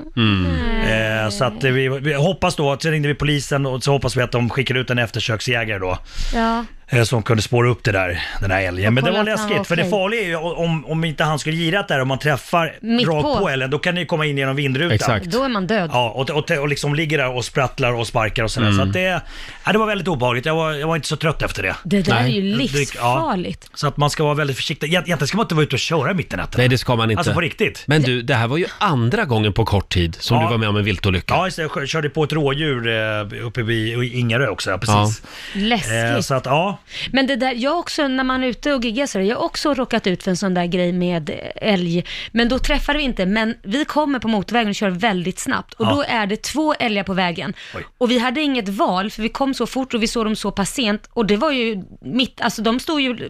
Speaker 6: Eh, så att eh, vi, vi hoppas då, att- så ringde vi polisen och så hoppas vi att de skickar ut en eftersöksjägare då.
Speaker 2: Ja.
Speaker 6: eh, Som kunde spåra upp det där, den här älgen. Men det
Speaker 2: kolla
Speaker 6: var
Speaker 2: att han
Speaker 6: läskigt,
Speaker 2: var
Speaker 6: för det
Speaker 2: okej.
Speaker 6: farliga är ju om, om inte han skulle girat där, om man träffar
Speaker 2: Mitt
Speaker 6: rakt
Speaker 2: på.
Speaker 6: på. älgen, då kan det ju komma in genom vindrutan.
Speaker 1: Exakt.
Speaker 2: Då är man död.
Speaker 6: Ja, och, och, och liksom ligger där och sprattlar och sparkar och sådär. Så
Speaker 1: Mm.
Speaker 6: att det, ja, det var väldigt obehagligt. Jag var, jag var inte så trött efter det.
Speaker 2: Det där är
Speaker 1: Nej.
Speaker 2: ju livsfarligt.
Speaker 6: Så att man ska vara väldigt försiktig. Egent- Egentligen ska man inte vara ute och köra mitt i natten.
Speaker 1: Nej, det ska man inte.
Speaker 6: Alltså på riktigt.
Speaker 1: Men du, det här var ju andra gången på kort tid som
Speaker 6: Ja.
Speaker 1: du var med om en viltolycka.
Speaker 6: Ja, just det. Jag kö- körde på ett rådjur eh, uppe vid i Ingarö också. Ja, precis. Eh,
Speaker 2: Läskigt.
Speaker 6: så att ja,
Speaker 2: Men det där, jag också, när man är ute och giggar så har jag också råkat ut för en sån där grej med älg. Men då träffar vi inte, men vi kommer på motorvägen och kör väldigt snabbt. Och
Speaker 6: Ja.
Speaker 2: då är det två älgar på vägen.
Speaker 6: Oj.
Speaker 2: Och vi hade inget val, för vi kom så fort och vi såg dem så pass sent. Och det var ju mitt, alltså de stod ju,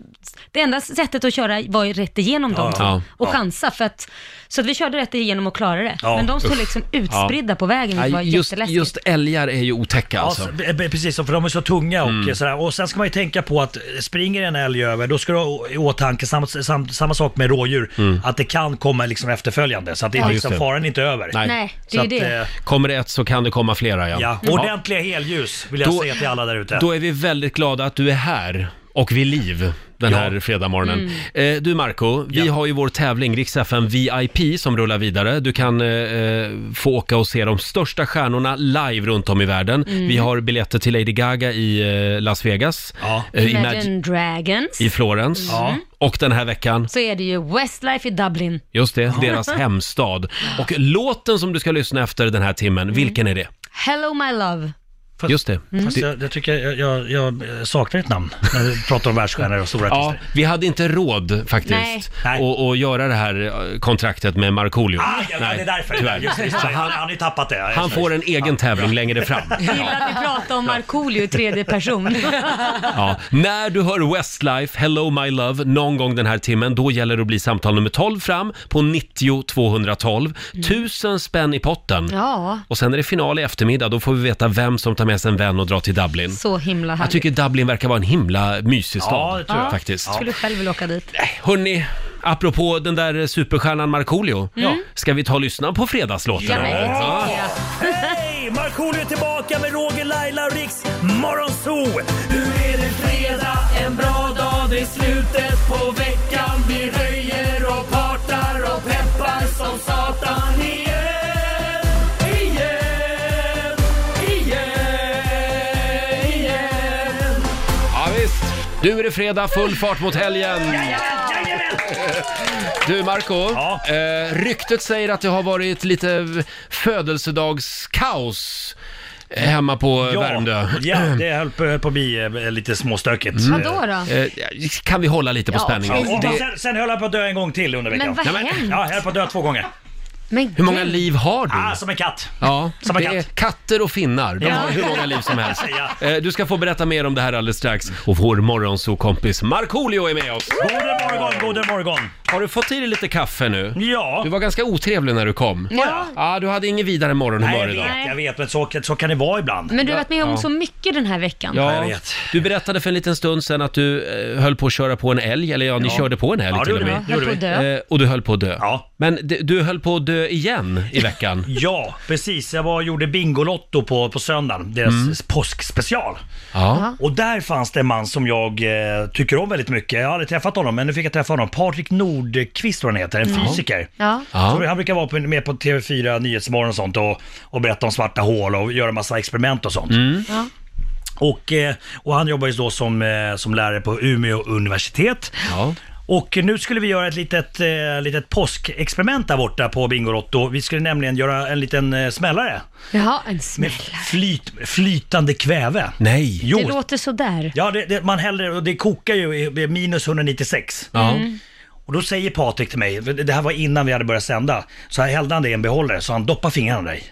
Speaker 2: det enda sättet att köra var ju rätt igenom dem.
Speaker 6: Ja.
Speaker 1: Ja.
Speaker 2: Och chansa, för att, så att vi körde rätt igenom och klarade det.
Speaker 6: Ja.
Speaker 2: Men de stod liksom utspridda på vägen, vilket var
Speaker 1: Nej, just,
Speaker 2: jätteläskigt.
Speaker 1: just älgar är ju otäcka alltså. Mm.
Speaker 6: ja, så- eh, eh, precis. För de är så tunga och eh, sådär. Och sen ska man ju tänka på att eh, springer en älg över, då ska du ha i åtanke samma, sam, samma sak med rådjur. Att det kan komma liksom efterföljande. Så att det är
Speaker 1: Mm. Ja, just
Speaker 6: liksom,
Speaker 1: det.
Speaker 6: faran är inte över.
Speaker 1: Nej.
Speaker 2: Nej, det
Speaker 6: Så
Speaker 2: är
Speaker 6: att,
Speaker 2: ju det.
Speaker 6: eh,
Speaker 1: Kommer det ett så kan det komma flera ja.
Speaker 6: Ja, ordentliga helljus vill jag
Speaker 1: Då-
Speaker 6: säga till alla där ute.
Speaker 1: Då är vi väldigt glada att du är här och vid liv. den här fredagmorgonen. Eh, du Marco, vi har ju vår tävling Rix FM VIP som rullar vidare. Du kan eh, eh, få åka och se de största stjärnorna live runt om i världen. Vi har biljetter till Lady Gaga i eh, Las Vegas,
Speaker 6: Ja.
Speaker 1: eh, i, Mag-
Speaker 2: Imagine Dragons.
Speaker 1: i Florens
Speaker 6: Ja.
Speaker 1: och den här veckan
Speaker 2: Så är det ju Westlife i Dublin.
Speaker 1: Just det, deras hemstad. Och låten som du ska lyssna efter den här timmen, vilken är det?
Speaker 2: Hello my love.
Speaker 6: Fast,
Speaker 1: Just det.
Speaker 6: fast jag, jag tycker jag, jag, jag eh, saknar ett namn när du pratar om världsstjärnor och stora
Speaker 1: Ja,
Speaker 6: artister.
Speaker 1: vi hade inte råd
Speaker 2: Nej.
Speaker 1: faktiskt
Speaker 6: Nej.
Speaker 1: att att göra det här eh, kontraktet med Markoolio.
Speaker 6: Ah, ja, det är därför.
Speaker 1: tyvärr.
Speaker 6: Just, det, just, det. han, han har ju tappat det.
Speaker 1: Han får en egen tävling längre fram.
Speaker 2: Gillar att vi pratar om Markoolio i tredje person.
Speaker 1: Ja. När du hör Westlife, Hello My Love, någon gång den här timmen, då gäller det att bli samtal nummer 12 fram på 90 212.
Speaker 6: Mm.
Speaker 1: Tusen spänn i potten.
Speaker 2: ja,
Speaker 1: Och sen är det final i eftermiddag, då får vi veta vem som tar med sig en vän och drar till Dublin.
Speaker 2: så himla
Speaker 1: Jag
Speaker 2: härligt.
Speaker 1: tycker Dublin verkar vara en himla mysig
Speaker 6: Ja,
Speaker 1: stad
Speaker 6: det tror jag.
Speaker 1: faktiskt.
Speaker 2: Skulle själv vilja åka dit.
Speaker 1: Hörni, apropå den där superstjärnan Markoolio, Mm. ska vi ta och lyssna på fredagslåten?
Speaker 2: Ja, men, det tycker jag.
Speaker 6: Hej! Markoolio är tillbaka med Roger, Laila och Riks Morgonzoo! Nu är det fredag, en bra dag, det är slutet på veckan. Vi röjer och partar och peppar som satan igen, igen, igen, igen.
Speaker 1: Ja, visst. Nu är det fredag, full fart mot helgen. Du Marco,
Speaker 6: Ja.
Speaker 1: eh, ryktet säger att det har varit lite födelsedagskaos eh, hemma på Värmdö.
Speaker 6: Ja, det höll på, höll på att bli eh, lite småstökigt.
Speaker 2: Mm. Vadå då?
Speaker 1: Eh, kan vi hålla lite på
Speaker 2: Ja,
Speaker 1: spänningen?
Speaker 2: okej.
Speaker 6: Och
Speaker 1: Det-
Speaker 6: sen, sen höll jag på att dö en gång till under
Speaker 2: Men
Speaker 6: veckan.
Speaker 2: vad
Speaker 1: Ja, men-
Speaker 2: hände?
Speaker 6: Ja, jag höll på att dö två gånger.
Speaker 2: Men
Speaker 1: Hur många
Speaker 2: gud.
Speaker 1: liv har du?
Speaker 6: Ah, som en katt.
Speaker 1: Ja,
Speaker 6: Som en
Speaker 1: det är
Speaker 6: katt.
Speaker 1: katter och finnar. De
Speaker 6: Ja.
Speaker 1: har hur många liv som helst.
Speaker 6: Ja.
Speaker 1: Eh, Du ska få berätta mer om det här alldeles strax. Och vår morgonsokompis Markoolio är med oss.
Speaker 6: God morgon, god morgon.
Speaker 1: Har du fått i dig lite kaffe nu?
Speaker 6: Ja.
Speaker 1: Du var ganska otrevlig när du kom.
Speaker 2: Ja.
Speaker 1: Ja, du hade ingen vidare
Speaker 6: Nej,
Speaker 1: morgonhumör
Speaker 6: jag
Speaker 1: idag.
Speaker 6: vet, jag vet, men så, så kan det vara ibland.
Speaker 2: Men du har varit med om
Speaker 1: Ja.
Speaker 2: så mycket den här veckan.
Speaker 1: Ja,
Speaker 6: jag vet.
Speaker 1: Du berättade för en liten stund sedan att du eh, höll på att köra på en älg, eller ja, ni körde på en älg
Speaker 6: Ja, det
Speaker 1: till och
Speaker 6: gjorde
Speaker 1: med.
Speaker 2: Ja, höll på att dö.
Speaker 1: Eh, och du höll på att dö.
Speaker 6: Ja.
Speaker 1: Men d- du höll på att dö igen i veckan.
Speaker 6: Ja, precis. Jag var och gjorde Bingolotto på, på söndagen, deras påskspecial.
Speaker 1: Ja.
Speaker 6: Och där fanns det en man som jag eh, tycker om väldigt mycket. Jag har aldrig träffat honom, men nu fick jag träffa honom. Patrik Nordqvist tror jag han heter, en fysiker.
Speaker 2: Ja.
Speaker 1: Ja.
Speaker 6: Så Han brukar vara på, med på TV4 Nyhetsmorgon och sånt och, och berätta om svarta hål och göra massa experiment och sånt.
Speaker 2: Ja.
Speaker 6: Och, eh, och han jobbar ju då som, eh, som lärare på Umeå universitet.
Speaker 1: Ja.
Speaker 6: Och nu skulle vi göra ett litet, eh, litet påskexperiment där borta på Bingolotto. Vi skulle nämligen göra en liten eh, smällare
Speaker 2: Jaha, en
Speaker 6: med
Speaker 2: smäll.
Speaker 6: flyt, flytande kväve.
Speaker 1: Nej.
Speaker 2: Det
Speaker 6: Jo,
Speaker 2: låter sådär.
Speaker 6: ja, det, det, man häller och det kokar ju i- vid minus 196.
Speaker 1: Ja.
Speaker 6: Och då säger Patrik till mig, för det här var innan vi hade börjat sända, så här hällde han det i en behållare så han doppar fingrarna i.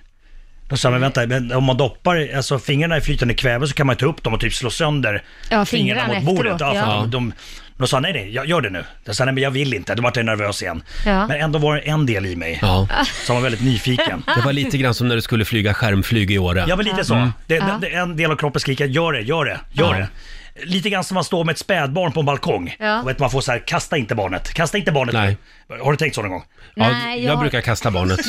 Speaker 6: Då sa jag, men vänta, men om man doppar alltså fingrarna i flytande kväve så kan man ju ta upp dem och typ slå sönder
Speaker 2: Ja, fingrarna efteråt,
Speaker 6: Ja, för
Speaker 2: ja.
Speaker 6: De, de, då sa han, nej nej, jag gör det nu. Jag sa, nej men jag vill inte, då vart jag nervös igen.
Speaker 2: Ja.
Speaker 6: Men ändå var det en del i mig
Speaker 1: ja.
Speaker 6: som var väldigt nyfiken.
Speaker 1: Det var lite grann som när du skulle flyga skärmflyg i Åre.
Speaker 6: Ja men lite så. Det, det, det, en del av kroppen skriker gör det, gör det, gör
Speaker 1: Mm. Ja.
Speaker 6: det. Lite grann som man står med ett spädbarn på en balkong.
Speaker 2: Ja.
Speaker 6: Och vet, man får så här, kasta inte barnet, kasta inte barnet.
Speaker 1: Nej.
Speaker 6: Har du tänkt så någon gång?
Speaker 1: Ja,
Speaker 2: Nej,
Speaker 1: jag
Speaker 2: jag-
Speaker 1: brukar kasta barnet.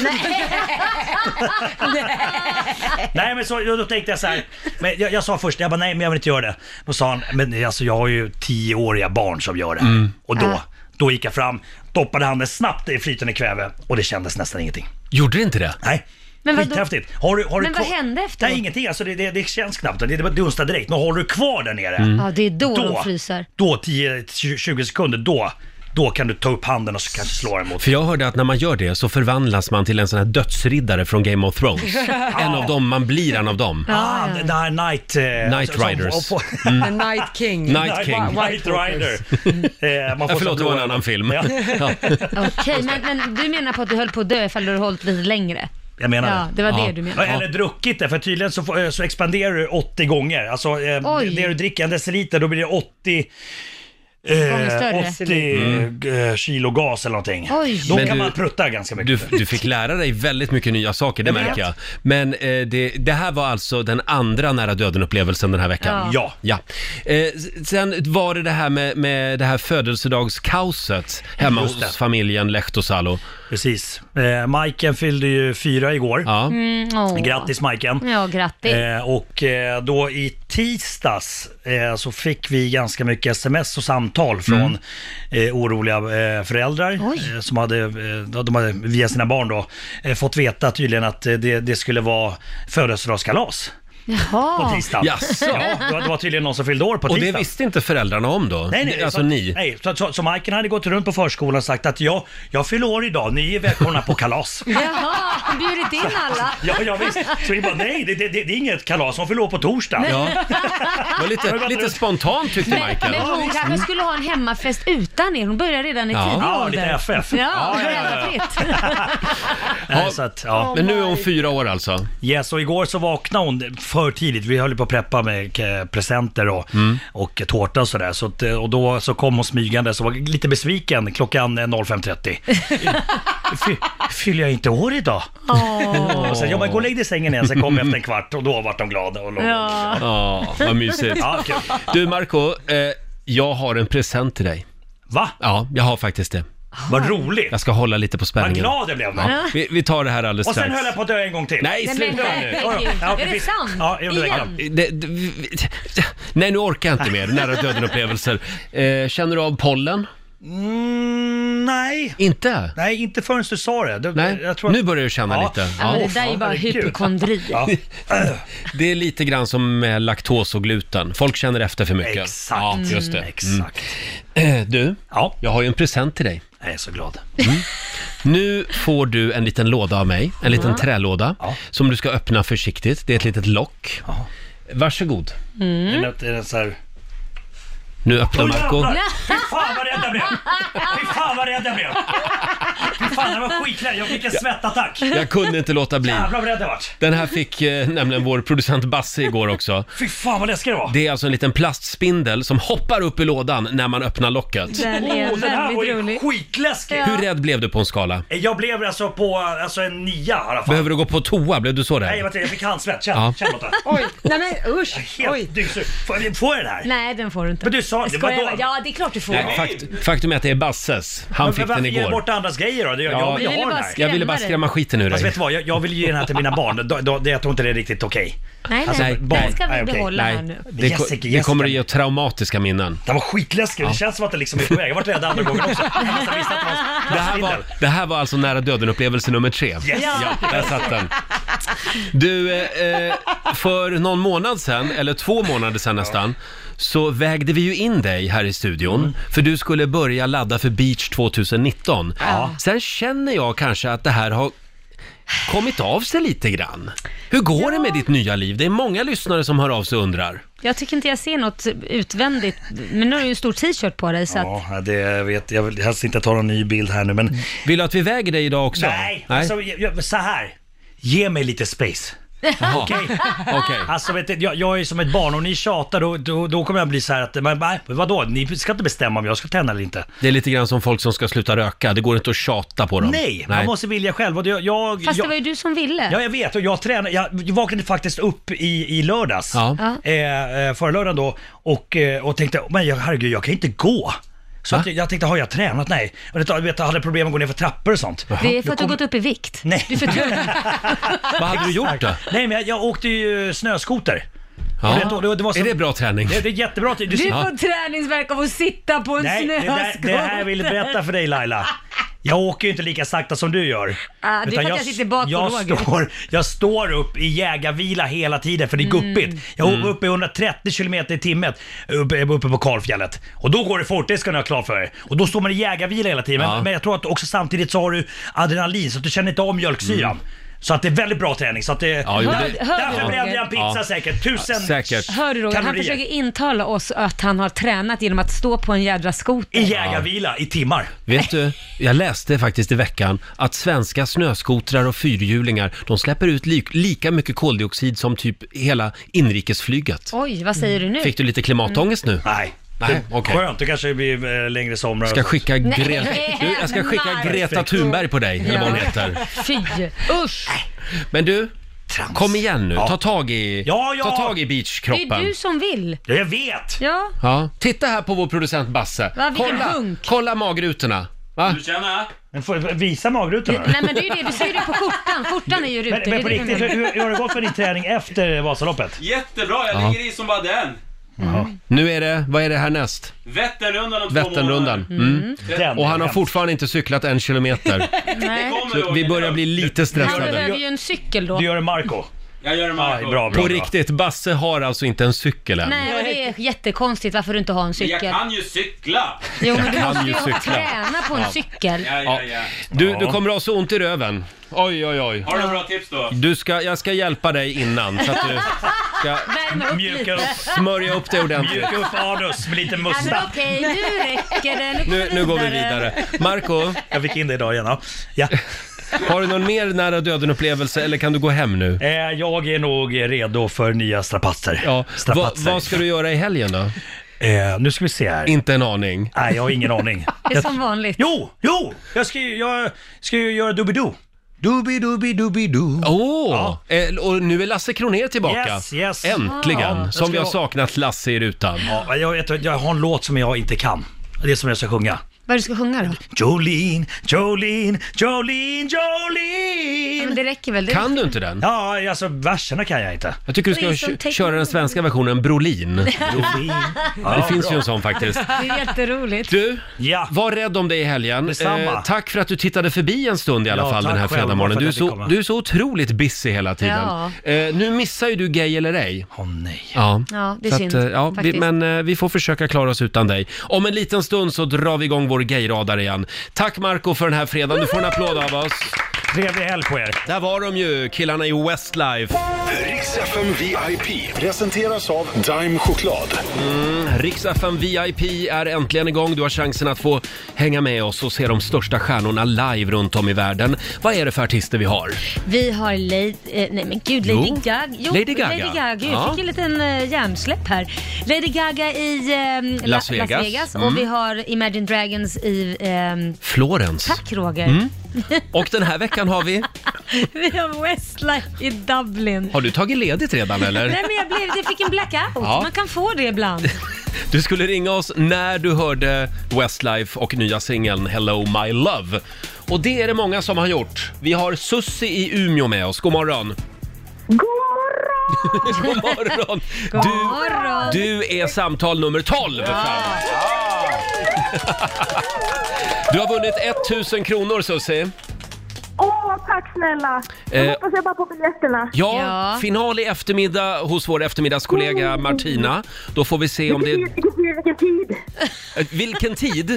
Speaker 6: Nej men så, då tänkte jag så här. Men jag, jag sa först, jag bara nej men jag vill inte göra det. Då sa han, men alltså jag har ju tioåriga barn som gör det.
Speaker 1: Mm.
Speaker 6: Och då, då gick jag fram, doppade handen snabbt i flytande kväve och det kändes nästan ingenting.
Speaker 1: Gjorde det inte det?
Speaker 6: Nej.
Speaker 2: Men vadå?
Speaker 6: Skithäftigt. Har du, har
Speaker 2: Men
Speaker 6: du
Speaker 2: vad
Speaker 6: kvar-
Speaker 2: hände efteråt?
Speaker 6: Nej ingenting, alltså det, det, det känns knappt. Det, det bara dunstar direkt. Men håller du kvar där nere.
Speaker 1: Mm.
Speaker 2: Ja, det är då, de fryser.
Speaker 6: Då, 10-20 sekunder, då, då kan du ta upp handen och så kanske slå den mot...
Speaker 1: För jag hörde att när man gör det så förvandlas man till en sån här dödsriddare från Game of Thrones. En av dem, man blir en av dem.
Speaker 6: Ah, den där Night... Eh,
Speaker 1: Night
Speaker 6: som- som-
Speaker 1: Riders.
Speaker 6: och-
Speaker 3: The Night King.
Speaker 1: Mm. Night King.
Speaker 6: Night Rider. Eh,
Speaker 1: Ja,
Speaker 6: man får
Speaker 1: Äh, förlåt,
Speaker 6: så
Speaker 1: det var en
Speaker 6: blå-
Speaker 1: annan film.
Speaker 6: Ja,
Speaker 1: Ja.
Speaker 2: Okej, men, men du menar på att du höll på att dö ifall du hade hållit lite längre?
Speaker 6: jag menar
Speaker 2: Ja, det var
Speaker 1: Ja.
Speaker 2: det du
Speaker 6: Ja,
Speaker 2: menade.
Speaker 6: Eller druckit det, för tydligen så, får- eh, så expanderar du 80 gånger. Alltså eh,
Speaker 2: Oj.
Speaker 6: det du dricker, en deciliter, då blir det 80...
Speaker 2: Gånger större.
Speaker 6: 80 eh, kilo gas eller någonting.
Speaker 2: Oj.
Speaker 6: Då
Speaker 1: Mm. Men
Speaker 6: kan
Speaker 1: du-
Speaker 6: man prutta ganska mycket.
Speaker 1: Du, du fick lära dig väldigt mycket nya saker, det
Speaker 6: Jag vet.
Speaker 1: märker jag. Men eh, det, det här var alltså den andra nära döden-upplevelsen den här veckan.
Speaker 6: Ja.
Speaker 1: Ja. Eh, s- sen var det det här med, med det här födelsedagskaoset hemma
Speaker 6: Just det.
Speaker 1: hos familjen Lehtosalo.
Speaker 6: Precis. Eh, Majken fyllde ju fyra igår.
Speaker 1: Ja.
Speaker 2: Mm, åh.
Speaker 6: Grattis Majken!
Speaker 2: Ja, grattis.
Speaker 6: Eh, och eh, då i tisdags eh, så fick vi ganska mycket sms och samtal
Speaker 1: Mm.
Speaker 6: från eh, oroliga eh, föräldrar
Speaker 2: Oj.
Speaker 6: eh, som hade, eh, de hade via sina barn då, eh, fått veta tydligen att eh, det, det skulle vara födelsedagskalas
Speaker 1: Eh,
Speaker 6: på
Speaker 2: Jaha.
Speaker 6: tisdag.
Speaker 1: Ah. Jaså?
Speaker 6: Ja, det var- det var tydligen någon som fyllde år på
Speaker 1: Och
Speaker 6: tisdag.
Speaker 1: det visste inte föräldrarna om då?
Speaker 6: Nej, nej,
Speaker 1: alltså
Speaker 6: så,
Speaker 1: ni?
Speaker 6: Nej, så, så, så Majken hade gått runt på förskolan och sagt att jag, jag fyller år idag, ni är välkomna på kalas.
Speaker 2: Jaha, bjudit in alla.
Speaker 6: ja, ja, visst. Så vi bara, nej det, det, det är inget kalas, hon fyller år på torsdag.
Speaker 1: Ja. Det var lite, lite spontant tyckte
Speaker 2: Men,
Speaker 1: Michael.
Speaker 2: men hon kanske skulle ha en hemmafest utan er. Hon börjar redan i
Speaker 1: Ja.
Speaker 2: tidig
Speaker 6: Ja,
Speaker 2: ålder.
Speaker 6: lite FF.
Speaker 2: Ja, föräldrafritt.
Speaker 6: Nej, så att, ja.
Speaker 1: Men nu är hon fyra år alltså?
Speaker 6: Yes, och igår så vaknade hon för tidigt. Vi höll ju på att preppa med eh, presenter och, och tårta och sådär. Så att, eh, och då så kom hon smygande, så var jag lite besviken klockan eh, 05.30. Fy, fyller jag inte år idag?
Speaker 2: Åh.
Speaker 6: Och sen, ja men gå och lägg dig i sängen igen. Sen kom jag efter en kvart och då vart de glada och låg. Ja.
Speaker 2: Ja.
Speaker 1: Ja, vad mysigt.
Speaker 6: Ja, kul.
Speaker 1: Du Marco, eh, jag har en present till dig.
Speaker 6: Va?
Speaker 1: Ja, jag har faktiskt det.
Speaker 6: Vad roligt!
Speaker 1: Jag ska hålla lite på
Speaker 6: Vad
Speaker 1: spänningen.
Speaker 6: glad jag blev nu.
Speaker 1: Ja, vi, vi tar det här alldeles
Speaker 6: Och sen
Speaker 1: strax.
Speaker 6: höll jag på att dö en gång till.
Speaker 1: Nej,
Speaker 2: Nej, men
Speaker 1: sluta nu!
Speaker 2: herregud.
Speaker 6: Ja,
Speaker 2: Är det
Speaker 6: precis.
Speaker 2: sant?
Speaker 6: Ja, jag blev
Speaker 2: Igen?
Speaker 6: glad.
Speaker 1: Det, det, vi- nej, nu orkar jag inte mer. Nära döden-upplevelser. Eh, känner du av pollen?
Speaker 6: Mm, nej.
Speaker 1: Inte?
Speaker 6: Nej, inte förrän du sa det. Du,
Speaker 1: Nej,
Speaker 6: jag tror att-
Speaker 1: nu börjar du känna lite.
Speaker 2: Ja, men
Speaker 1: Ja.
Speaker 2: det där är ju bara
Speaker 6: herregud.
Speaker 2: hypokondri.
Speaker 6: Ja.
Speaker 1: Det är lite grann som med laktos och gluten. Folk känner efter för mycket.
Speaker 6: Exakt. Mm.
Speaker 1: Ja, just det.
Speaker 6: Exakt.
Speaker 1: Eh, Du,
Speaker 6: Ja,
Speaker 1: jag har ju en present till dig.
Speaker 6: jag är så glad.
Speaker 2: Mm.
Speaker 1: Nu får du en liten låda av mig, en liten trälåda,
Speaker 6: Ja.
Speaker 1: som du ska öppna försiktigt. Det är ett litet lock.
Speaker 6: Ja.
Speaker 1: Varsågod.
Speaker 6: Är det något- är det så här...
Speaker 1: Nu öppnar
Speaker 6: Oj,
Speaker 1: Marco.
Speaker 6: jävlar! Fy fan vad rädd jag blev! Fy fan vad rädd jag blev! Fy fan, jag var skiträdd. Jag fick en svettattack.
Speaker 1: Jag kunde inte låta bli.
Speaker 6: Jävlar vad rädd jag vart.
Speaker 1: Den här fick eh, nämligen vår producent Basse igår också.
Speaker 6: Fy fan vad läskig det var.
Speaker 1: Det är alltså en liten plastspindel som hoppar upp i lådan när man öppnar locket.
Speaker 2: Den är
Speaker 6: Oh, den här var
Speaker 2: väldigt
Speaker 6: ju
Speaker 2: rolig.
Speaker 6: skitläskig.
Speaker 1: Hur rädd blev du på en skala?
Speaker 6: Jag blev alltså på alltså en nia i alla fall.
Speaker 1: Behöver du gå på toa? Blev du så
Speaker 6: Nej,
Speaker 1: rädd?
Speaker 6: vänta, jag fick handsvett. Känn,
Speaker 1: Ja.
Speaker 6: känn Lotta.
Speaker 3: Oj, nej men usch. Oj.
Speaker 6: Helt dyngsur. Får, jag- får jag den här?
Speaker 2: Nej, den får du inte.
Speaker 6: Men du sa-
Speaker 2: Jag
Speaker 6: det var
Speaker 2: skojar bara.
Speaker 6: då-
Speaker 2: Ja, det är klart du får.
Speaker 1: Nej, fakt, faktum är att det är Basses. Han
Speaker 6: Men
Speaker 1: fick
Speaker 6: varför
Speaker 1: den
Speaker 6: ger du
Speaker 1: igår.
Speaker 6: bort andras grejer då? Det- Jag,
Speaker 1: Ja.
Speaker 6: jag,
Speaker 1: Vi
Speaker 6: jag
Speaker 2: ville
Speaker 6: har den
Speaker 2: bara
Speaker 6: här.
Speaker 1: Jag ville bara skrämma skiten ur
Speaker 6: Fast
Speaker 1: dig.
Speaker 6: Alltså, vet du vad, jag, jag vill ge den här till mina barn. Då, då, det, jag tror inte det är riktigt okej.
Speaker 2: Nej,
Speaker 1: Alltså,
Speaker 2: nej.
Speaker 1: barn.
Speaker 2: Den ska
Speaker 6: Nej,
Speaker 2: vi
Speaker 6: okej.
Speaker 2: behålla här
Speaker 1: Nej,
Speaker 2: nu.
Speaker 1: det, ko-
Speaker 6: Jessica,
Speaker 1: det kommer att
Speaker 6: Jessica.
Speaker 1: ge traumatiska minnen.
Speaker 6: Den var skitläskig. Det känns som att den liksom är på väg. Jag vart rädd andra gången också. Jag måste ha visst att det
Speaker 1: Det här, var, det här var alltså nära döden-upplevelse nummer tre.
Speaker 6: Yes.
Speaker 1: Ja, där satt den. Du, eh, eh, för någon månad sedan, eller två månader sedan nästan, så vägde vi ju in dig här i studion,
Speaker 6: Mm.
Speaker 1: för du skulle börja ladda för Beach 2019. Sen känner jag kanske att det här har kommit av sig lite grann. Hur går det med ditt nya liv? Det är många lyssnare som hör av sig och undrar.
Speaker 2: Jag tycker inte jag ser något utvändigt. Men nu har du ju en stor t-shirt på dig så att...
Speaker 6: Ja, det jag vet jag. vill helst inte ta någon ny bild här nu men...
Speaker 1: Vill du att vi väger dig idag också?
Speaker 6: Mm. Nej, Alltså, jag, jag, så här. Ge mig lite space.
Speaker 1: Jaha.
Speaker 6: Okej?
Speaker 1: Okej.
Speaker 6: Alltså vet du, jag, jag är som ett barn och ni tjatar då, då, då kommer jag bli så här att, men, nej, vadå? Ni ska inte bestämma om jag ska tända eller inte.
Speaker 1: Det är lite grann som folk som ska sluta röka, det går inte att tjata på dem.
Speaker 6: Nej, man måste vilja själv. Och det- jag, jag,
Speaker 2: Fast det
Speaker 6: jag,
Speaker 2: var ju du som ville.
Speaker 6: Ja, jag vet. Och jag, tränar, jag vaknade faktiskt upp i, i lördags,
Speaker 1: Ja.
Speaker 2: Ja.
Speaker 6: Eh, eh, förra lördagen då, och, eh, och tänkte, men jag, herregud, jag kan inte gå. Så
Speaker 1: Va?
Speaker 6: att, jag- jag tänkte, har jag tränat? Nej. Och det, jag vet, jag hade problem med att gå ner för trappor och sånt.
Speaker 2: Det är för
Speaker 6: Jag
Speaker 2: att du
Speaker 6: kom-
Speaker 2: har gått upp i vikt.
Speaker 6: Nej.
Speaker 2: Du är för tung.
Speaker 1: Vad hade du gjort då?
Speaker 6: Nej, men jag, jag åkte ju snöskoter.
Speaker 1: Ja.
Speaker 6: Och det- och det- och det var så-
Speaker 1: Är det bra träning?
Speaker 6: Det, det är jättebra. Du,
Speaker 2: Du
Speaker 6: du,
Speaker 2: får träningsvärk av att sitta på en
Speaker 6: nej, det, där,
Speaker 2: snöskoter.
Speaker 6: det här vill jag berätta för dig Laila. Jag åker ju inte lika sakta som du gör.
Speaker 2: Ah, det är
Speaker 6: Utan
Speaker 2: för att jag sitter bak på
Speaker 6: jag
Speaker 2: Roger.
Speaker 6: står, jag står upp i jägarvila hela tiden för det är
Speaker 2: Mm.
Speaker 6: guppigt. Jag
Speaker 1: Mm.
Speaker 6: var uppe i 130 km i timmen uppe, uppe på Karlfjället. Och då går det fort, det ska ni ha klart för er. Och då står man i jägarvila hela tiden.
Speaker 1: Ja.
Speaker 6: Men, men jag tror att också samtidigt så har du adrenalin så att du känner inte av mjölksyran. Så att det är väldigt bra träning. Så att det,
Speaker 1: Mm. Ja, jo, det-
Speaker 2: Hör, hör
Speaker 6: Därför
Speaker 2: du
Speaker 6: brände jag en
Speaker 2: Roger?
Speaker 6: pizza
Speaker 1: Ja.
Speaker 6: säkert. Tusen
Speaker 1: Säkert.
Speaker 2: Hör du Roger? Han
Speaker 6: kalorier.
Speaker 2: försöker intala oss att han har tränat genom att stå på en jädra skoter.
Speaker 6: I jägarvila i timmar.
Speaker 1: Vet du, jag läste faktiskt i veckan att svenska snöskotrar och fyrhjulingar, de släpper ut li- lika mycket koldioxid som typ hela inrikesflyget.
Speaker 2: Oj, vad säger du nu?
Speaker 1: Fick du lite klimatångest nu?
Speaker 6: Nej.
Speaker 1: Nej,
Speaker 6: Det-
Speaker 1: okej.
Speaker 6: Skönt, då kanske det blir eh, längre somrar.
Speaker 1: Jag ska skicka, Gre-
Speaker 2: Nej,
Speaker 1: du, jag ska skicka
Speaker 2: Marco.
Speaker 1: Greta Thunberg på dig, eller vad hon
Speaker 2: Ja.
Speaker 1: heter.
Speaker 2: Fy, usch!
Speaker 1: Men du,
Speaker 6: Trams.
Speaker 1: kom igen nu,
Speaker 6: Ja.
Speaker 1: ta tag i,
Speaker 6: Ja, ja.
Speaker 1: Ta tag i
Speaker 2: Det är
Speaker 1: beachkroppen.
Speaker 2: du som vill.
Speaker 6: Ja, jag vet!
Speaker 2: Ja,
Speaker 1: Ja. Titta här på vår producent Basse.
Speaker 2: Va, vilken
Speaker 1: kolla,
Speaker 2: hunk.
Speaker 1: kolla magrutorna. Va?
Speaker 5: Tjena!
Speaker 6: Men får, visa magrutorna.
Speaker 2: Nej men det är ju det, du ser ju det på skjortan. Skjortan är ju rutor.
Speaker 6: Men,
Speaker 2: det är
Speaker 6: men på
Speaker 2: det
Speaker 6: riktigt,
Speaker 2: jag menar.
Speaker 6: hur, hur har det gått med din träning efter Vasaloppet?
Speaker 5: Jättebra, jag ligger i som bara den.
Speaker 1: Nu är det, vad är det härnäst?
Speaker 5: Vätternrundan om två månader.
Speaker 1: Vätternrundan. Mm.
Speaker 6: Den
Speaker 1: Och
Speaker 6: är
Speaker 1: han har
Speaker 6: hemsk.
Speaker 1: fortfarande inte cyklat en kilometer.
Speaker 2: Nej.
Speaker 5: Kommer,
Speaker 1: Så
Speaker 5: Roger,
Speaker 1: vi börjar bli lite
Speaker 2: Han
Speaker 1: stressade.
Speaker 2: behöver ju en cykel då.
Speaker 6: Du gör en Marco.
Speaker 5: Jag gör det
Speaker 6: Aj,
Speaker 5: Marco.
Speaker 6: bra, bra, bra.
Speaker 1: På riktigt, Basse har alltså inte en cykel än.
Speaker 2: Nej, och det är jättekonstigt varför du inte har en
Speaker 5: Men Jag
Speaker 2: cykel.
Speaker 5: kan ju cykla!
Speaker 2: Jo, men du
Speaker 1: kan
Speaker 2: måste
Speaker 1: ju
Speaker 2: ju
Speaker 1: cykla.
Speaker 2: träna på en cykel.
Speaker 5: Ja, ja, ja.
Speaker 1: Du, du kommer ha så ont i röven. Oj, oj, oj.
Speaker 5: Har du bra tips då?
Speaker 1: Du ska, jag ska hjälpa dig innan så att du ska
Speaker 2: Värma upp
Speaker 6: Mjuka
Speaker 2: lite.
Speaker 6: upp,
Speaker 1: smörja upp dig ordentligt.
Speaker 6: mjuka upp anus med lite
Speaker 2: Ja, men
Speaker 6: musta.
Speaker 2: okej, nu räcker det.
Speaker 1: Nu, nu går vi vidare. Marco,
Speaker 6: Jag fick in det idag igen. Ja. Ja.
Speaker 1: har du någon mer nära döden-upplevelse eller kan du gå hem nu?
Speaker 6: Eh, Jag är nog redo för nya strapatser.
Speaker 1: Ja, va,
Speaker 6: strapatser.
Speaker 1: vad ska du göra i helgen då?
Speaker 6: eh, nu ska vi se här.
Speaker 1: Inte en aning.
Speaker 6: Nej, jag har ingen aning.
Speaker 2: Det är som vanligt.
Speaker 6: Jo, jo! Jag ska ju, jag ska ju göra Doobidoo. Doobidoo-doobidoo.
Speaker 1: Åh! Eh, Och nu är Lasse Kronér tillbaka.
Speaker 6: Oh. Yes, yes.
Speaker 1: Äntligen!
Speaker 6: Ah. Jag
Speaker 1: som
Speaker 6: ska
Speaker 1: vi har
Speaker 6: vara-
Speaker 1: saknat Lasse i rutan.
Speaker 6: Ja, jag, vet, jag har en låt som jag inte kan. Det är som jag ska sjunga.
Speaker 2: Vad du ska sjunga då?
Speaker 6: Jolene, Jolene, Jolene,
Speaker 2: Ja,
Speaker 6: Jolene.
Speaker 2: men det räcker väl? Det
Speaker 1: Kan du inte den?
Speaker 6: Ja, alltså verserna kan jag inte.
Speaker 1: Jag tycker du
Speaker 2: Det är
Speaker 1: ska
Speaker 2: som
Speaker 1: kö-
Speaker 2: tecknat.
Speaker 1: köra den svenska versionen, Brolin.
Speaker 6: Jolene.
Speaker 1: det finns ju en sån faktiskt.
Speaker 2: det är jätteroligt.
Speaker 1: Du,
Speaker 6: Ja.
Speaker 1: var rädd om dig i helgen. Eh,
Speaker 6: Detsamma.
Speaker 1: tack för att du tittade förbi en stund i alla
Speaker 6: Ja,
Speaker 1: fall den
Speaker 6: tack
Speaker 1: här
Speaker 6: själv,
Speaker 1: fredagsmorgonen.
Speaker 6: för att
Speaker 1: Du, är
Speaker 6: jag fick
Speaker 1: så-
Speaker 6: komma.
Speaker 1: du är så otroligt busy hela tiden.
Speaker 2: Ja.
Speaker 1: Eh, nu missar ju du Gay eller ej.
Speaker 6: Åh nej.
Speaker 1: Ja.
Speaker 2: Ja, det är
Speaker 1: Så
Speaker 2: synd,
Speaker 1: eh, ja, vi,
Speaker 2: faktiskt.
Speaker 1: men eh, vi får försöka klara oss utan dig. Om en liten stund så drar vi igång vår gayradar igen. Tack Marco för den här fredagen. Du får en applåd av oss.
Speaker 6: Trevlig helg på er.
Speaker 1: Där var de ju, killarna i Westlife.
Speaker 4: Riks FM VIP presenteras av Dime Choklad.
Speaker 1: Riks-FM VIP är äntligen igång. Du har chansen att få hänga med oss och se de största stjärnorna live runt om i världen. Vad är det för artister vi har?
Speaker 2: Vi har Lady, eh, nej men gud, Lady
Speaker 1: Jo.
Speaker 2: Gaga. Jo,
Speaker 1: Lady Gaga.
Speaker 2: Lady Gaga. Gud,
Speaker 1: Ja.
Speaker 2: Jag fick en liten eh, hjärnsläpp här. Lady Gaga i ehm, La-
Speaker 1: Las Vegas. Mm.
Speaker 2: och vi har Imagine Dragons i... ehm,
Speaker 1: Florens.
Speaker 2: tack Roger.
Speaker 1: Mm. Och den här veckan har vi...
Speaker 2: Vi har Westlife i Dublin.
Speaker 1: Har du tagit ledigt redan eller?
Speaker 2: Nej men jag, blev, jag fick en blackout.
Speaker 1: Ja.
Speaker 2: Man kan få det ibland.
Speaker 1: Du skulle ringa oss när du hörde Westlife och nya singeln Hello My Love. Och det är det många som har gjort. Vi har Sussi i Umeå med oss. God morgon! God morgon! God morgon! Du,
Speaker 2: Morgon.
Speaker 1: du är samtal nummer 12 fram. Du har vunnit 1000 kronor Sussi.
Speaker 7: Åh, tack snälla! Jag
Speaker 1: Eh.
Speaker 7: hoppas jag bara på biljetterna.
Speaker 1: Ja,
Speaker 2: Ja.
Speaker 1: final i eftermiddag hos vår eftermiddagskollega Martina. Då får vi se om det...
Speaker 7: Vilken tid, vilken tid, vilken tid!
Speaker 1: Eh, Vilken tid?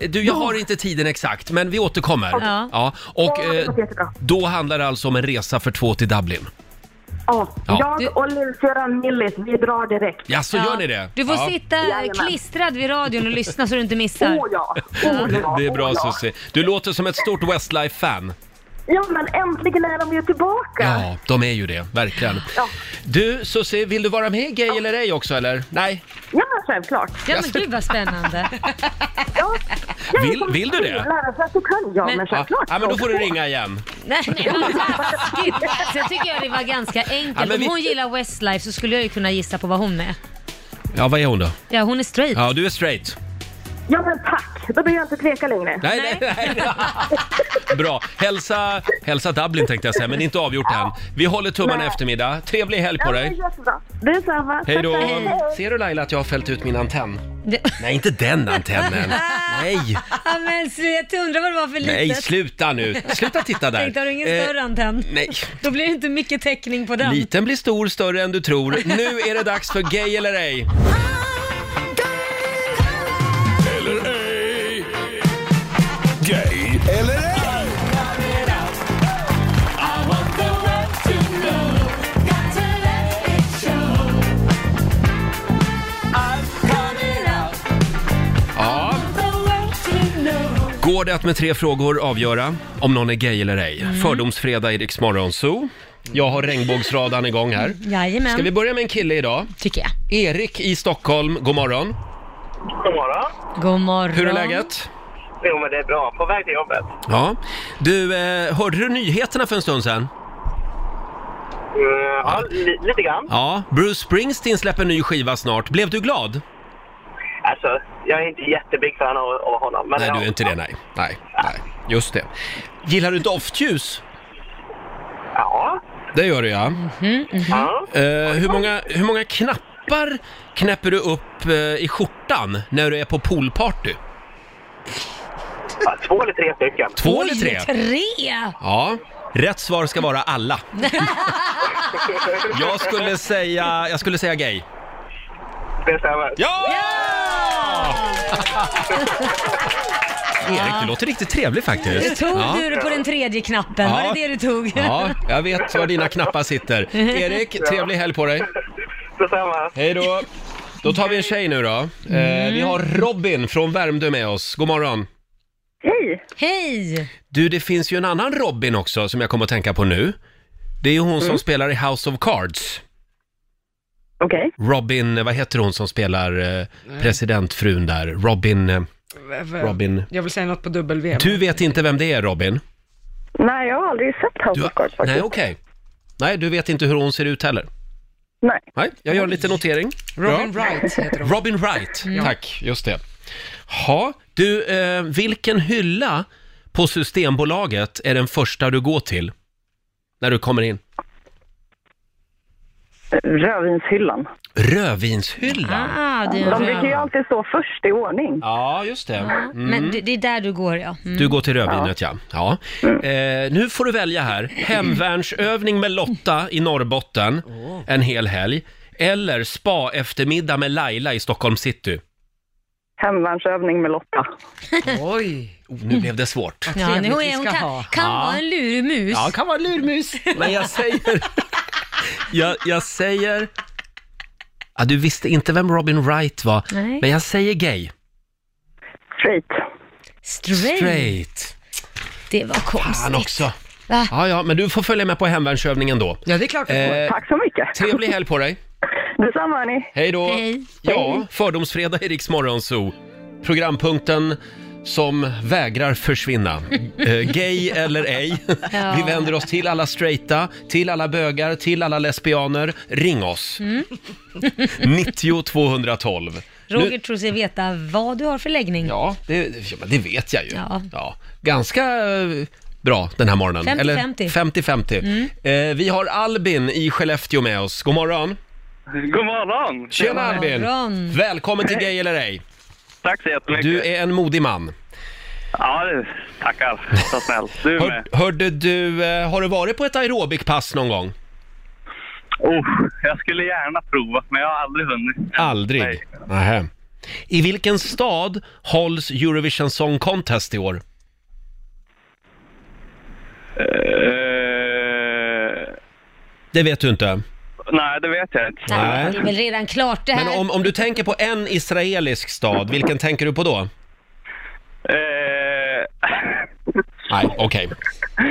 Speaker 1: Eh, Du, jag har inte tiden exakt, men vi återkommer.
Speaker 2: Ja.
Speaker 1: Och
Speaker 7: Ja, det
Speaker 1: eh,
Speaker 7: låter jättebra.
Speaker 1: då handlar det alltså om en resa för två till Dublin.
Speaker 7: Ja,
Speaker 1: Ja.
Speaker 2: Du-
Speaker 7: jag och Lill-syrran Millis, vi drar direkt.
Speaker 1: Ja, så gör ni det?
Speaker 2: Du får
Speaker 1: ja.
Speaker 2: sitta
Speaker 7: Jajamän.
Speaker 2: klistrad vid radion och lyssna så du inte
Speaker 7: Åh
Speaker 8: Oh.
Speaker 2: missar.
Speaker 7: ja! Åh, ja.
Speaker 1: Det är
Speaker 7: åh,
Speaker 1: bra
Speaker 7: ja.
Speaker 1: Susie. Du låter som ett stort Westlife-fan.
Speaker 7: Ja, men äntligen är de ju tillbaka!
Speaker 1: Ja, de är ju det, verkligen.
Speaker 7: Ja.
Speaker 1: Du Susie, vill du vara med i Gay eller ej också eller? Nej?
Speaker 7: Ja, men självklart.
Speaker 2: Ja men gud vad spännande.
Speaker 7: Ja. Jag
Speaker 1: Vill-
Speaker 7: kommer
Speaker 1: vill du det?
Speaker 7: Lärare, så att du kan, ja, men,
Speaker 2: Men-
Speaker 1: Ja,
Speaker 7: självklart.
Speaker 1: ja, men då får du ringa igen.
Speaker 2: Nej men vad taskigt. Sen tycker jag det var ganska enkelt.
Speaker 1: Ja, men vi-
Speaker 2: Om hon gillar Westlife så skulle jag ju kunna gissa på vad hon är.
Speaker 1: Ja, vad är hon då?
Speaker 2: Ja hon är straight.
Speaker 1: Ja, du är straight.
Speaker 7: Ja, men tack! Då behöver jag inte tveka längre.
Speaker 1: Nej, nej, nej. Bra. Hälsa, hälsa Dublin tänkte jag säga, men inte avgjort än. Vi håller tummarna i
Speaker 7: Nej.
Speaker 1: eftermiddag. Trevlig helg
Speaker 7: Ja,
Speaker 1: på
Speaker 7: men
Speaker 1: dig.
Speaker 7: jättebra. Detsamma.
Speaker 1: Hej då!
Speaker 7: Tack, tack.
Speaker 1: Ser du Laila att jag har fällt ut min antenn?
Speaker 2: Det-
Speaker 1: Nej, inte den antennen! Nej!
Speaker 2: Ja men sluta, jag undrar vad det var för
Speaker 1: Nej,
Speaker 2: litet.
Speaker 1: sluta nu! Sluta titta där!
Speaker 2: Tänkte har du ingen
Speaker 1: Eh,
Speaker 2: större antenn?
Speaker 1: Nej.
Speaker 2: Då blir det inte mycket täckning på den.
Speaker 1: Liten blir stor, större än du tror. Nu är det dags för Gay eller ej.
Speaker 4: Eller ej. Gay eller ej.
Speaker 1: Ja. Går det att med tre frågor avgöra om någon är gay eller ej? Fördomsfredag i Rix Morgon Zoo. Jag har regnbågsradan igång här.
Speaker 2: Jajamän,
Speaker 1: Ska vi börja med en kille idag?
Speaker 2: tycker jag.
Speaker 1: Erik i Stockholm, god morgon.
Speaker 9: God morgon.
Speaker 2: God morgon.
Speaker 1: Hur är läget?
Speaker 9: Jo, men det är bra. På väg till jobbet.
Speaker 1: Ja. Du, eh, hörde du nyheterna för en stund sedan?
Speaker 9: Eh, ja, li- lite grann.
Speaker 1: Ja, Bruce Springsteen släpper ny skiva snart. Blev du glad?
Speaker 9: Alltså, jag är inte jättebig fan av, av honom. Men
Speaker 1: Nej,
Speaker 9: ja.
Speaker 1: du är inte det, nej. Nej, nej. Just det. Gillar du doftljus?
Speaker 9: Ja.
Speaker 1: Det gör du ja.
Speaker 9: ja.
Speaker 1: Eh, hur, många, hur många knappar knäpper du upp eh, i skjortan när du är på poolparty?
Speaker 9: Ja, Två eller tre stycken.
Speaker 1: Två eller tre?
Speaker 2: Tre!
Speaker 1: Ja. Rätt svar ska vara alla. jag, skulle säga, jag skulle säga gay.
Speaker 9: Det stämmer.
Speaker 1: Ja! Erik, du låter riktigt trevlig faktiskt.
Speaker 2: Du tog
Speaker 1: ja.
Speaker 2: du det på den tredje knappen, var
Speaker 1: Ja.
Speaker 2: det det du tog?
Speaker 1: Ja, jag vet var dina knappar sitter. Erik, trevlig helg på dig.
Speaker 9: Detsamma.
Speaker 1: Hej då! Då tar vi en tjej nu då. Eh, vi har Robin från Värmdö med oss. God morgon.
Speaker 7: Hej!
Speaker 2: Hej!
Speaker 1: Du, det finns ju en annan Robin också som jag kommer att tänka på nu. Det är ju hon
Speaker 7: Mm.
Speaker 1: som spelar i House of Cards.
Speaker 7: Okej.
Speaker 1: Robin, vad heter hon som spelar eh, presidentfrun där? Robin... Eh, Robin.
Speaker 3: Jag vill säga något på W.
Speaker 1: du vet inte vem det är Robin?
Speaker 7: Nej, jag har aldrig sett House
Speaker 1: Du,
Speaker 7: of Cards faktiskt.
Speaker 1: nej, okej. Nej, du vet inte hur hon ser ut heller.
Speaker 7: Nej.
Speaker 1: Nej, jag gör en liten notering.
Speaker 3: Robin
Speaker 1: Bra.
Speaker 3: Wright heter hon.
Speaker 1: Robin Wright,
Speaker 7: Mm.
Speaker 1: tack. Just det. Ha, du, eh, vilken hylla på Systembolaget är den första du går till? När du kommer in?
Speaker 7: Rödvinshyllan.
Speaker 1: Rödvinshyllan.
Speaker 2: Ah, du är
Speaker 7: De brukar ju
Speaker 2: röd.
Speaker 7: alltid stå först i ordning.
Speaker 1: Ja, just det.
Speaker 7: Ah.
Speaker 1: Mm.
Speaker 2: Men det, det är där du går ja. Mm.
Speaker 1: Du går till rödvinet, ja. ja. Eh, nu får du välja här. Hemvärnsövning med Lotta i Norrbotten en hel helg. Eller spa-eftermiddag med Laila i Stockholm city.
Speaker 7: Hemvärnsövning med Lotta.
Speaker 3: Oj,
Speaker 1: Oh, nu blev det svårt.
Speaker 2: Ja, nu
Speaker 3: trevligt vi
Speaker 2: är hon
Speaker 3: ska
Speaker 2: kan,
Speaker 3: ha.
Speaker 2: kan vara en lurig mus.
Speaker 1: Ja, kan vara lurmus. Men jag säger... jag, jag säger... Ja, du visste inte vem Robin Wright var,
Speaker 2: Nej.
Speaker 1: men jag säger gay.
Speaker 7: Straight.
Speaker 2: Straight.
Speaker 1: Straight.
Speaker 2: Det var
Speaker 1: Han
Speaker 2: konstigt.
Speaker 1: också.
Speaker 2: Va?
Speaker 1: Ja, ja, men du får följa med på hemvärnsövningen då.
Speaker 3: ja det är klart vi får.
Speaker 1: Eh,
Speaker 7: Tack så mycket.
Speaker 1: trevlig helg på dig.
Speaker 7: Detsamma hörni.
Speaker 1: Hej då.
Speaker 2: Hej.
Speaker 1: Ja, Fördomsfredag i Rix Morgon Zoo. Programpunkten som vägrar försvinna. Eh, gay eller ej. Vi vänder oss till alla straighta, till alla bögar, till alla lesbianer. Ring oss!
Speaker 2: Mm.
Speaker 1: 90 212.
Speaker 2: Roger
Speaker 1: Nu-
Speaker 2: tror sig veta vad du har för läggning.
Speaker 1: Ja, det, ja, men det vet jag ju.
Speaker 2: Ja.
Speaker 1: Ganska eh, bra den här morgonen.
Speaker 2: 50-50.
Speaker 1: Eller 50-50.
Speaker 2: Mm.
Speaker 1: Eh, vi har Albin i Skellefteå med oss. God morgon!
Speaker 9: God morgon!
Speaker 1: Tjena
Speaker 2: God
Speaker 1: Albin!
Speaker 2: morgon.
Speaker 1: Välkommen till Gay eller ej.
Speaker 9: Tack så jättemycket.
Speaker 1: Du är en modig man.
Speaker 9: Ja, du, tackar. Så snäll. Du
Speaker 1: Hör,
Speaker 9: med.
Speaker 1: hörde du, eh, har du varit på ett aerobikpass någon gång?
Speaker 9: Oh, jag skulle gärna prova, men jag har aldrig hunnit.
Speaker 1: Aldrig?
Speaker 9: Nej.
Speaker 1: Nähä. I vilken stad hålls Eurovision Song Contest i år?
Speaker 9: Eh,
Speaker 1: Det vet du inte.
Speaker 9: nej, det vet jag inte.
Speaker 1: Nej.
Speaker 2: Det är väl redan klart det
Speaker 1: Men
Speaker 2: här.
Speaker 1: om, om du tänker på en israelisk stad, vilken tänker du på då?
Speaker 9: Eh,
Speaker 1: Nej, okej.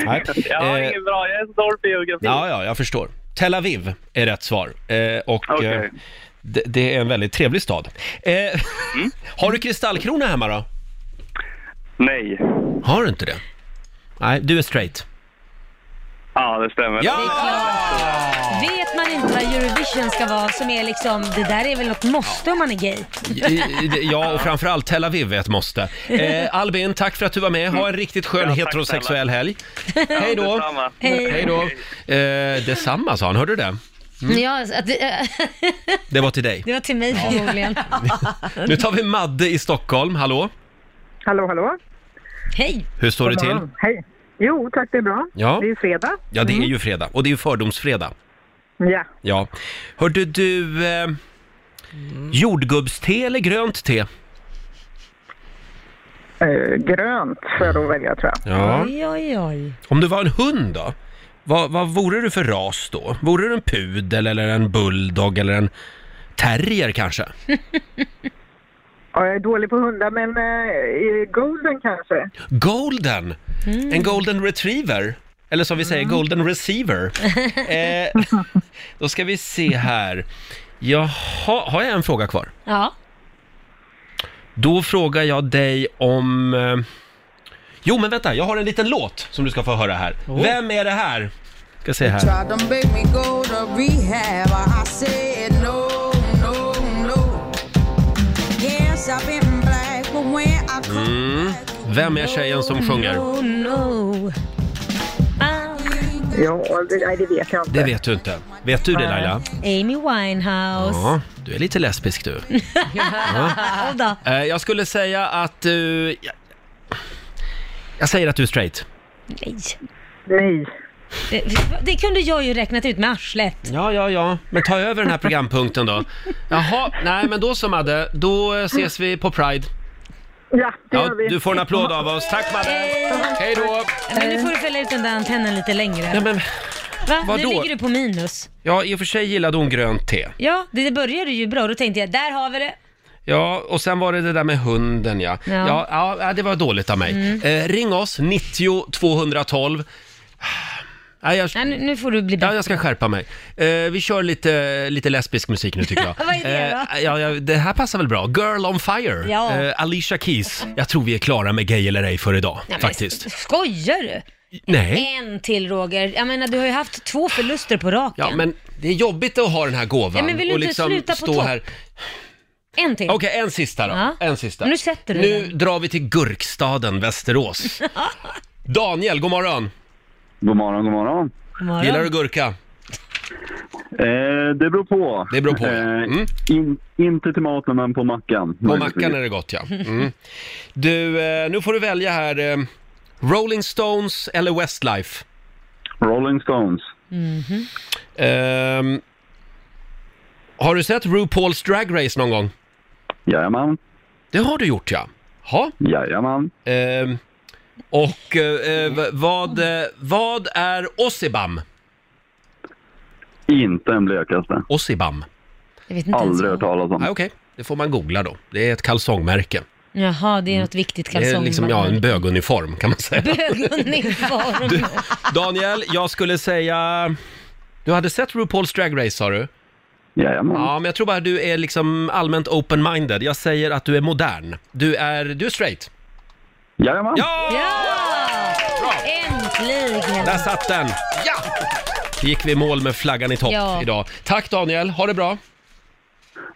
Speaker 1: Nej.
Speaker 9: jag har
Speaker 1: Eh,
Speaker 9: ingen bra, jag är så dålig på geografi.
Speaker 1: ja, ja, jag förstår. Tel Aviv är rätt svar. Eh, och
Speaker 9: Okej.
Speaker 1: eh, det, det är en väldigt trevlig stad. Eh,
Speaker 9: Mm.
Speaker 1: Har du kristallkrona hemma då?
Speaker 9: Nej.
Speaker 1: Har du inte det? Nej, du är straight.
Speaker 9: Ja, det stämmer.
Speaker 2: Vet man inte vad Eurovision ska vara som är liksom, det där är väl något måste om man är gay.
Speaker 1: I- i- Ja, och framförallt Tel Aviv är ett måste. Eh, Albin, tack för att du var med. Ha en riktigt skön
Speaker 9: Ja, tack
Speaker 1: heterosexuell helg. Hej då!
Speaker 9: Detsamma.
Speaker 2: Hej.
Speaker 1: Hej då! Eh, detsamma sa han, hörde du det?
Speaker 2: Mm. Ja, att, det- äh,
Speaker 1: Det var till dig.
Speaker 2: det var till mig förmodligen.
Speaker 1: Nu tar vi Madde i Stockholm, hallå?
Speaker 7: Hallå, hallå.
Speaker 2: Hej!
Speaker 1: Hur står det till?
Speaker 7: Hej. Jo, tack det är bra.
Speaker 1: Ja.
Speaker 7: Det är fredag.
Speaker 1: Ja, det är ju fredag. Och det är ju fördomsfredag.
Speaker 7: Ja.
Speaker 1: Ja. Hörde du, eh, jordgubbste eller grönt te?
Speaker 7: Eh, grönt får jag då välja tror jag.
Speaker 1: Ja.
Speaker 2: Oj, oj, oj.
Speaker 1: Om du var en hund då? Vad, vad vore du för ras då? Vore du en pudel eller en bulldog eller en terrier kanske?
Speaker 7: Ja, jag är dålig på hundar men eh, golden kanske.
Speaker 1: Golden! En golden retriever. Eller som vi säger, golden receiver. eh, då ska vi se här. Jaha, har jag en fråga kvar?
Speaker 2: Ja.
Speaker 1: Då frågar jag dig om... Eh... Jo, men vänta, jag har en liten låt som du ska få höra här. Vem är det här? Ska se här.
Speaker 10: Oh. Tried to make me go to rehab. I said no, no, no. Yes, I've been black, but when I come back,
Speaker 1: Mm. Vem är tjejen som sjunger?
Speaker 2: Oh no. Ah,
Speaker 7: Ja, det, nej, det vet jag inte.
Speaker 1: Det vet du inte. Vet du det Laila?
Speaker 2: Amy Winehouse.
Speaker 1: Ja, du är lite lesbisk du.
Speaker 2: Ja. då.
Speaker 1: Eh, jag skulle säga att du... jag- Jag säger att du är straight.
Speaker 2: Nej.
Speaker 7: Nej.
Speaker 2: Det, det kunde jag ju räknat ut med arslet.
Speaker 1: Ja, ja, ja. Men ta över den här programpunkten då. Jaha, nej men då så Madde, då ses vi på Pride.
Speaker 7: Ja, det
Speaker 1: Ja,
Speaker 7: gör vi.
Speaker 1: du får en applåd av oss. Tack Madde! Hej då!
Speaker 2: Men nu får du fälla ut den där antennen lite längre.
Speaker 1: Ja, men,
Speaker 2: Va?
Speaker 1: vadå?
Speaker 2: Nu ligger du på minus.
Speaker 1: ja, i och för sig gillade hon grönt te.
Speaker 2: Ja, det började ju bra. Då tänkte jag, där har vi det.
Speaker 1: Ja, och sen var det det där med hunden ja.
Speaker 2: Ja.
Speaker 1: Ja, ja, det var dåligt av mig.
Speaker 7: Mm.
Speaker 1: Eh, ring oss, 90 212. Nej, jag,
Speaker 2: Nej, nu, nu får du bli
Speaker 1: Ja,
Speaker 2: bättre.
Speaker 1: jag ska skärpa mig. Eh, vi kör lite, lite lesbisk musik nu tycker jag.
Speaker 2: Vad är det då?
Speaker 1: Eh, ja, ja, det här passar väl bra. Girl on fire,
Speaker 2: Ja.
Speaker 1: eh, Alicia Keys. Jag tror vi är klara med gay eller ej för idag,
Speaker 2: Nej, men
Speaker 1: faktiskt.
Speaker 2: Skojar du?
Speaker 1: Nej.
Speaker 2: En till Roger. Jag menar, du har ju haft två förluster på raken.
Speaker 1: Ja, men det är jobbigt att ha den här gåvan
Speaker 2: Ja, men vill du
Speaker 1: och
Speaker 2: inte
Speaker 1: liksom
Speaker 2: sluta på
Speaker 1: stå
Speaker 2: topp?
Speaker 1: här.
Speaker 2: En till.
Speaker 1: Okej, en sista då.
Speaker 2: Ja.
Speaker 1: En sista.
Speaker 2: Nu sätter du
Speaker 1: Nu
Speaker 2: den.
Speaker 1: drar vi till gurkstaden Västerås. Daniel, god morgon.
Speaker 9: God morgon, god morgon.
Speaker 2: God morgon.
Speaker 1: Gillar du gurka?
Speaker 9: Eh, det beror på. Eh,
Speaker 1: Det beror på, ja. Mm.
Speaker 9: in, inte till maten, men på mackan.
Speaker 1: På mackan är det gott ja. Mm. Du, eh, nu får du välja här. eh, Rolling Stones eller Westlife?
Speaker 9: Rolling Stones.
Speaker 1: Ehm, har du sett RuPaul's Drag Race någon gång?
Speaker 9: Jajamän,
Speaker 1: Det har du gjort ja. Ha.
Speaker 9: jajamän.
Speaker 1: Ehm, och eh, eh, v- vad, eh, vad är Ossibam?
Speaker 9: Inte en blekaste.
Speaker 1: Ossibam?
Speaker 2: Jag vet inte ens vad-
Speaker 9: talas
Speaker 1: Ah, Okej, det får man googla då. Det är ett kalsongmärke.
Speaker 2: Jaha, det är något viktigt
Speaker 1: Det är
Speaker 2: kalsong.
Speaker 1: liksom, ja, en böguniform kan man säga.
Speaker 2: Böguniform.
Speaker 1: Du, Daniel, jag skulle säga... Du hade sett RuPaul's Drag Race sa du?
Speaker 9: Jajamän.
Speaker 1: Ja, men jag tror bara du är liksom allmänt open-minded. Jag säger att du är modern. Du är, du är straight.
Speaker 9: Jajamän.
Speaker 1: Ja!
Speaker 2: Ja!
Speaker 1: Bra!
Speaker 2: Äntligen!
Speaker 1: Där satt den! Ja! Gick vi i mål med flaggan i topp
Speaker 2: Ja.
Speaker 1: idag. Tack Daniel, ha det bra!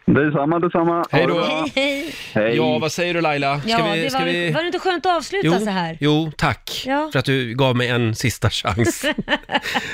Speaker 9: Detsamma, detsamma.
Speaker 1: Hej då!
Speaker 2: Hej.
Speaker 9: Hej.
Speaker 1: Ja, vad säger du Laila? Ska
Speaker 2: Ja,
Speaker 1: vi,
Speaker 2: det
Speaker 1: ska
Speaker 2: var,
Speaker 1: vi...
Speaker 2: vi... var det inte skönt att avsluta
Speaker 1: Jo,
Speaker 2: så här?
Speaker 1: jo, tack
Speaker 2: Ja.
Speaker 1: för att du gav mig en sista chans.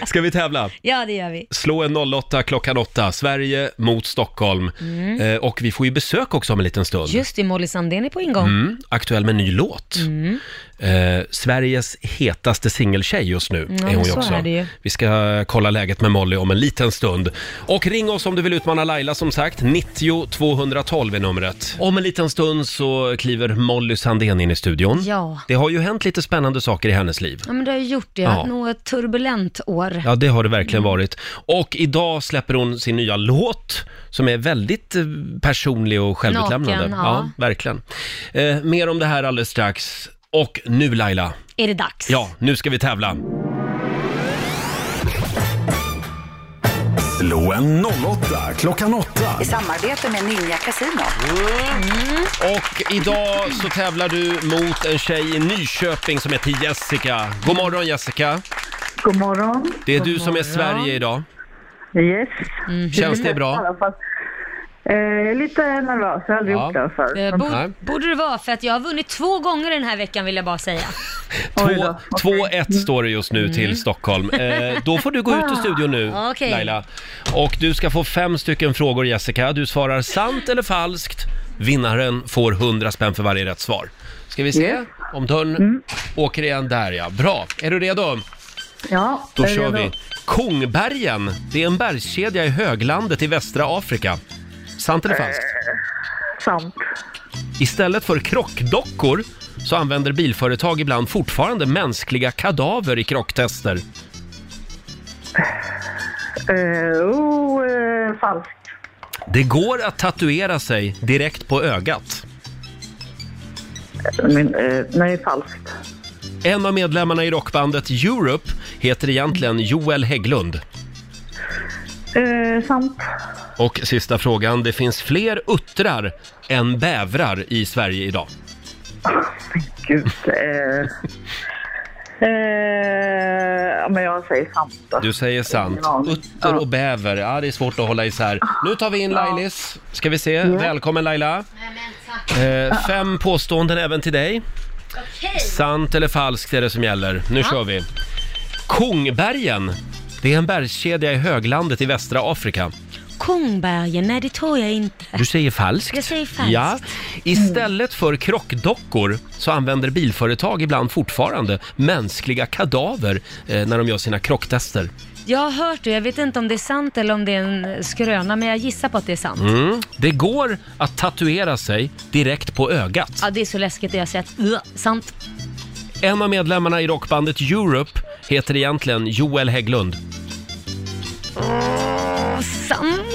Speaker 1: Ska vi tävla?
Speaker 2: Ja, det gör vi.
Speaker 1: Slå en 08 klockan 8, Sverige mot Stockholm.
Speaker 2: Mm.
Speaker 1: Eh, och vi får ju besök också om en liten stund.
Speaker 2: Just det, Molly Sandén är på ingång.
Speaker 1: Mm, aktuell med en ny låt.
Speaker 2: Mm.
Speaker 1: Eh, Sveriges hetaste singeltjej just nu är hon ju
Speaker 2: så
Speaker 1: också.
Speaker 2: är det ju.
Speaker 1: Vi ska kolla läget med Molly om en liten stund. Och ring oss om du vill utmana Laila som sagt. 90 212 är numret. Om en liten stund så kliver Molly Sandén in i studion.
Speaker 2: Ja.
Speaker 1: Det har ju hänt lite spännande saker i hennes liv.
Speaker 2: Ja, men du har ju gjort det.
Speaker 1: Ja.
Speaker 2: Jag har haft Något turbulent år.
Speaker 1: Ja, det har det
Speaker 2: Mm.
Speaker 1: verkligen varit. Och idag släpper hon sin nya låt som är väldigt eh, personlig och självutlämnande.
Speaker 2: Naken, ja.
Speaker 1: verkligen. Eh, mer om det här alldeles strax. Och nu Laila,
Speaker 2: Är det dags?
Speaker 1: ja, nu ska vi tävla.
Speaker 4: Slå en 08 klockan 8.
Speaker 11: I samarbete med Ninja Casino.
Speaker 1: Och idag så tävlar du mot en tjej i Nyköping som heter Jessica. God morgon Jessica,
Speaker 7: God morgon.
Speaker 1: det är du som är
Speaker 2: morgon. Mm.
Speaker 1: Sverige idag.
Speaker 7: Yes.
Speaker 1: Känns det
Speaker 7: I
Speaker 1: bra?
Speaker 7: alla fall. Eh, jag är lite nervös, jag har aldrig
Speaker 1: Ja.
Speaker 7: gjort det här förut.
Speaker 2: Eh,
Speaker 1: Nej.
Speaker 2: Borde, borde det vara, för att jag har vunnit två gånger den här veckan vill jag bara säga.
Speaker 7: Oj då, Mm.
Speaker 1: 2-1 står det just nu till Stockholm. Eh, då får du gå
Speaker 7: Ah,
Speaker 1: ut ur studion nu,
Speaker 2: Okej.
Speaker 1: Laila. Och du ska få fem stycken frågor, Jessica. Du svarar sant eller falskt. Vinnaren får 100 spänn för varje rätt svar. Ska vi se
Speaker 7: Yes.
Speaker 1: om dörren
Speaker 7: Mm.
Speaker 1: åker igen där, ja. Bra, är du redo?
Speaker 7: Ja,
Speaker 1: Då
Speaker 7: jag är
Speaker 1: kör
Speaker 7: redo.
Speaker 1: vi. Kongbergen, det är en bergskedja i höglandet i västra Afrika. Sant eller falskt?
Speaker 7: Sant.
Speaker 1: Istället för krockdockor så använder bilföretag ibland fortfarande mänskliga kadaver i krocktester.
Speaker 7: Eh, oh, eh, falskt.
Speaker 1: Det går att tatuera sig direkt på ögat.
Speaker 7: Men, eh, nej, falskt.
Speaker 1: En av medlemmarna i rockbandet Europe heter egentligen Joel Hägglund.
Speaker 7: Eh, sant.
Speaker 1: Och sista frågan, det finns fler uttrar än bävrar i Sverige idag.
Speaker 7: Gud. Eh, eh, ja, men jag säger sant då.
Speaker 1: Du säger sant.
Speaker 7: Ingen aning.
Speaker 1: Utter och bäver, ja det är svårt att hålla isär. Nu tar vi in Lailis, ska vi se. Välkommen Laila. Eh, fem påståenden även till dig. Sant eller falskt är det som gäller. Nu kör vi. Kongbergen, det är en bergskedja i höglandet i västra Afrika.
Speaker 2: Kongbergen, nej det tror jag inte.
Speaker 1: Du säger falskt.
Speaker 2: Jag säger falskt.
Speaker 1: Ja. Istället för krockdockor så använder bilföretag ibland fortfarande mänskliga kadaver eh, när de gör sina krocktester.
Speaker 2: Jag har hört det, jag vet inte om det är sant eller om det är en skröna, men jag gissar på att det är sant.
Speaker 1: Mm. Det går att tatuera sig direkt på ögat.
Speaker 2: Ja, det är så läskigt det jag har sett. Ugh, sant.
Speaker 1: En av medlemmarna i rockbandet Europe heter egentligen Joel Hägglund.
Speaker 2: Sant.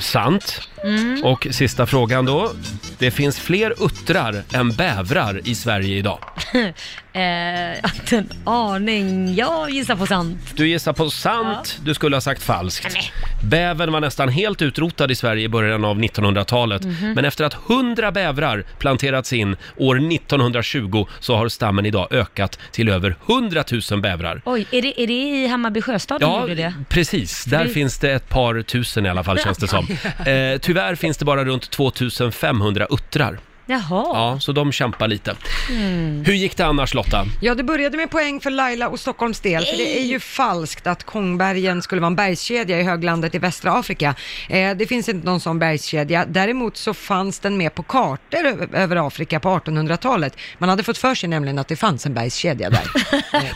Speaker 1: Sant.
Speaker 2: Mm.
Speaker 1: Och sista frågan då. Det finns fler uttrar än bävrar i Sverige idag.
Speaker 2: eh, jag har inte en aning. Jag gissar på sant.
Speaker 1: Du gissar på sant, du skulle ha sagt falskt. Bävern var nästan helt utrotad i Sverige i början av 1900-talet.
Speaker 2: Mhm.
Speaker 1: Men efter att 100 bävrar planterats in år 1920 så har stammen idag ökat till över 100 000 bävrar.
Speaker 2: Oj, är det, är det i Hammarby sjöstad de gjorde det?
Speaker 1: precis. Där
Speaker 2: Det-
Speaker 1: finns det ett par tusen i alla fall känns det som. Eh, tyvärr finns det bara runt 2500 uttrar.
Speaker 2: Jaha.
Speaker 1: Ja, så de kämpar lite.
Speaker 3: Mm.
Speaker 1: Hur gick det annars Lotta?
Speaker 3: Ja, det började med poäng för Laila och Stockholms del, för det är ju falskt att Kongbergen skulle vara en bergskedja i höglandet i västra Afrika. Eh, det finns inte någon sån bergskedja. Däremot så fanns den med på kartor ö- över Afrika på 1800-talet. Man hade fått för sig nämligen att det fanns en bergskedja där.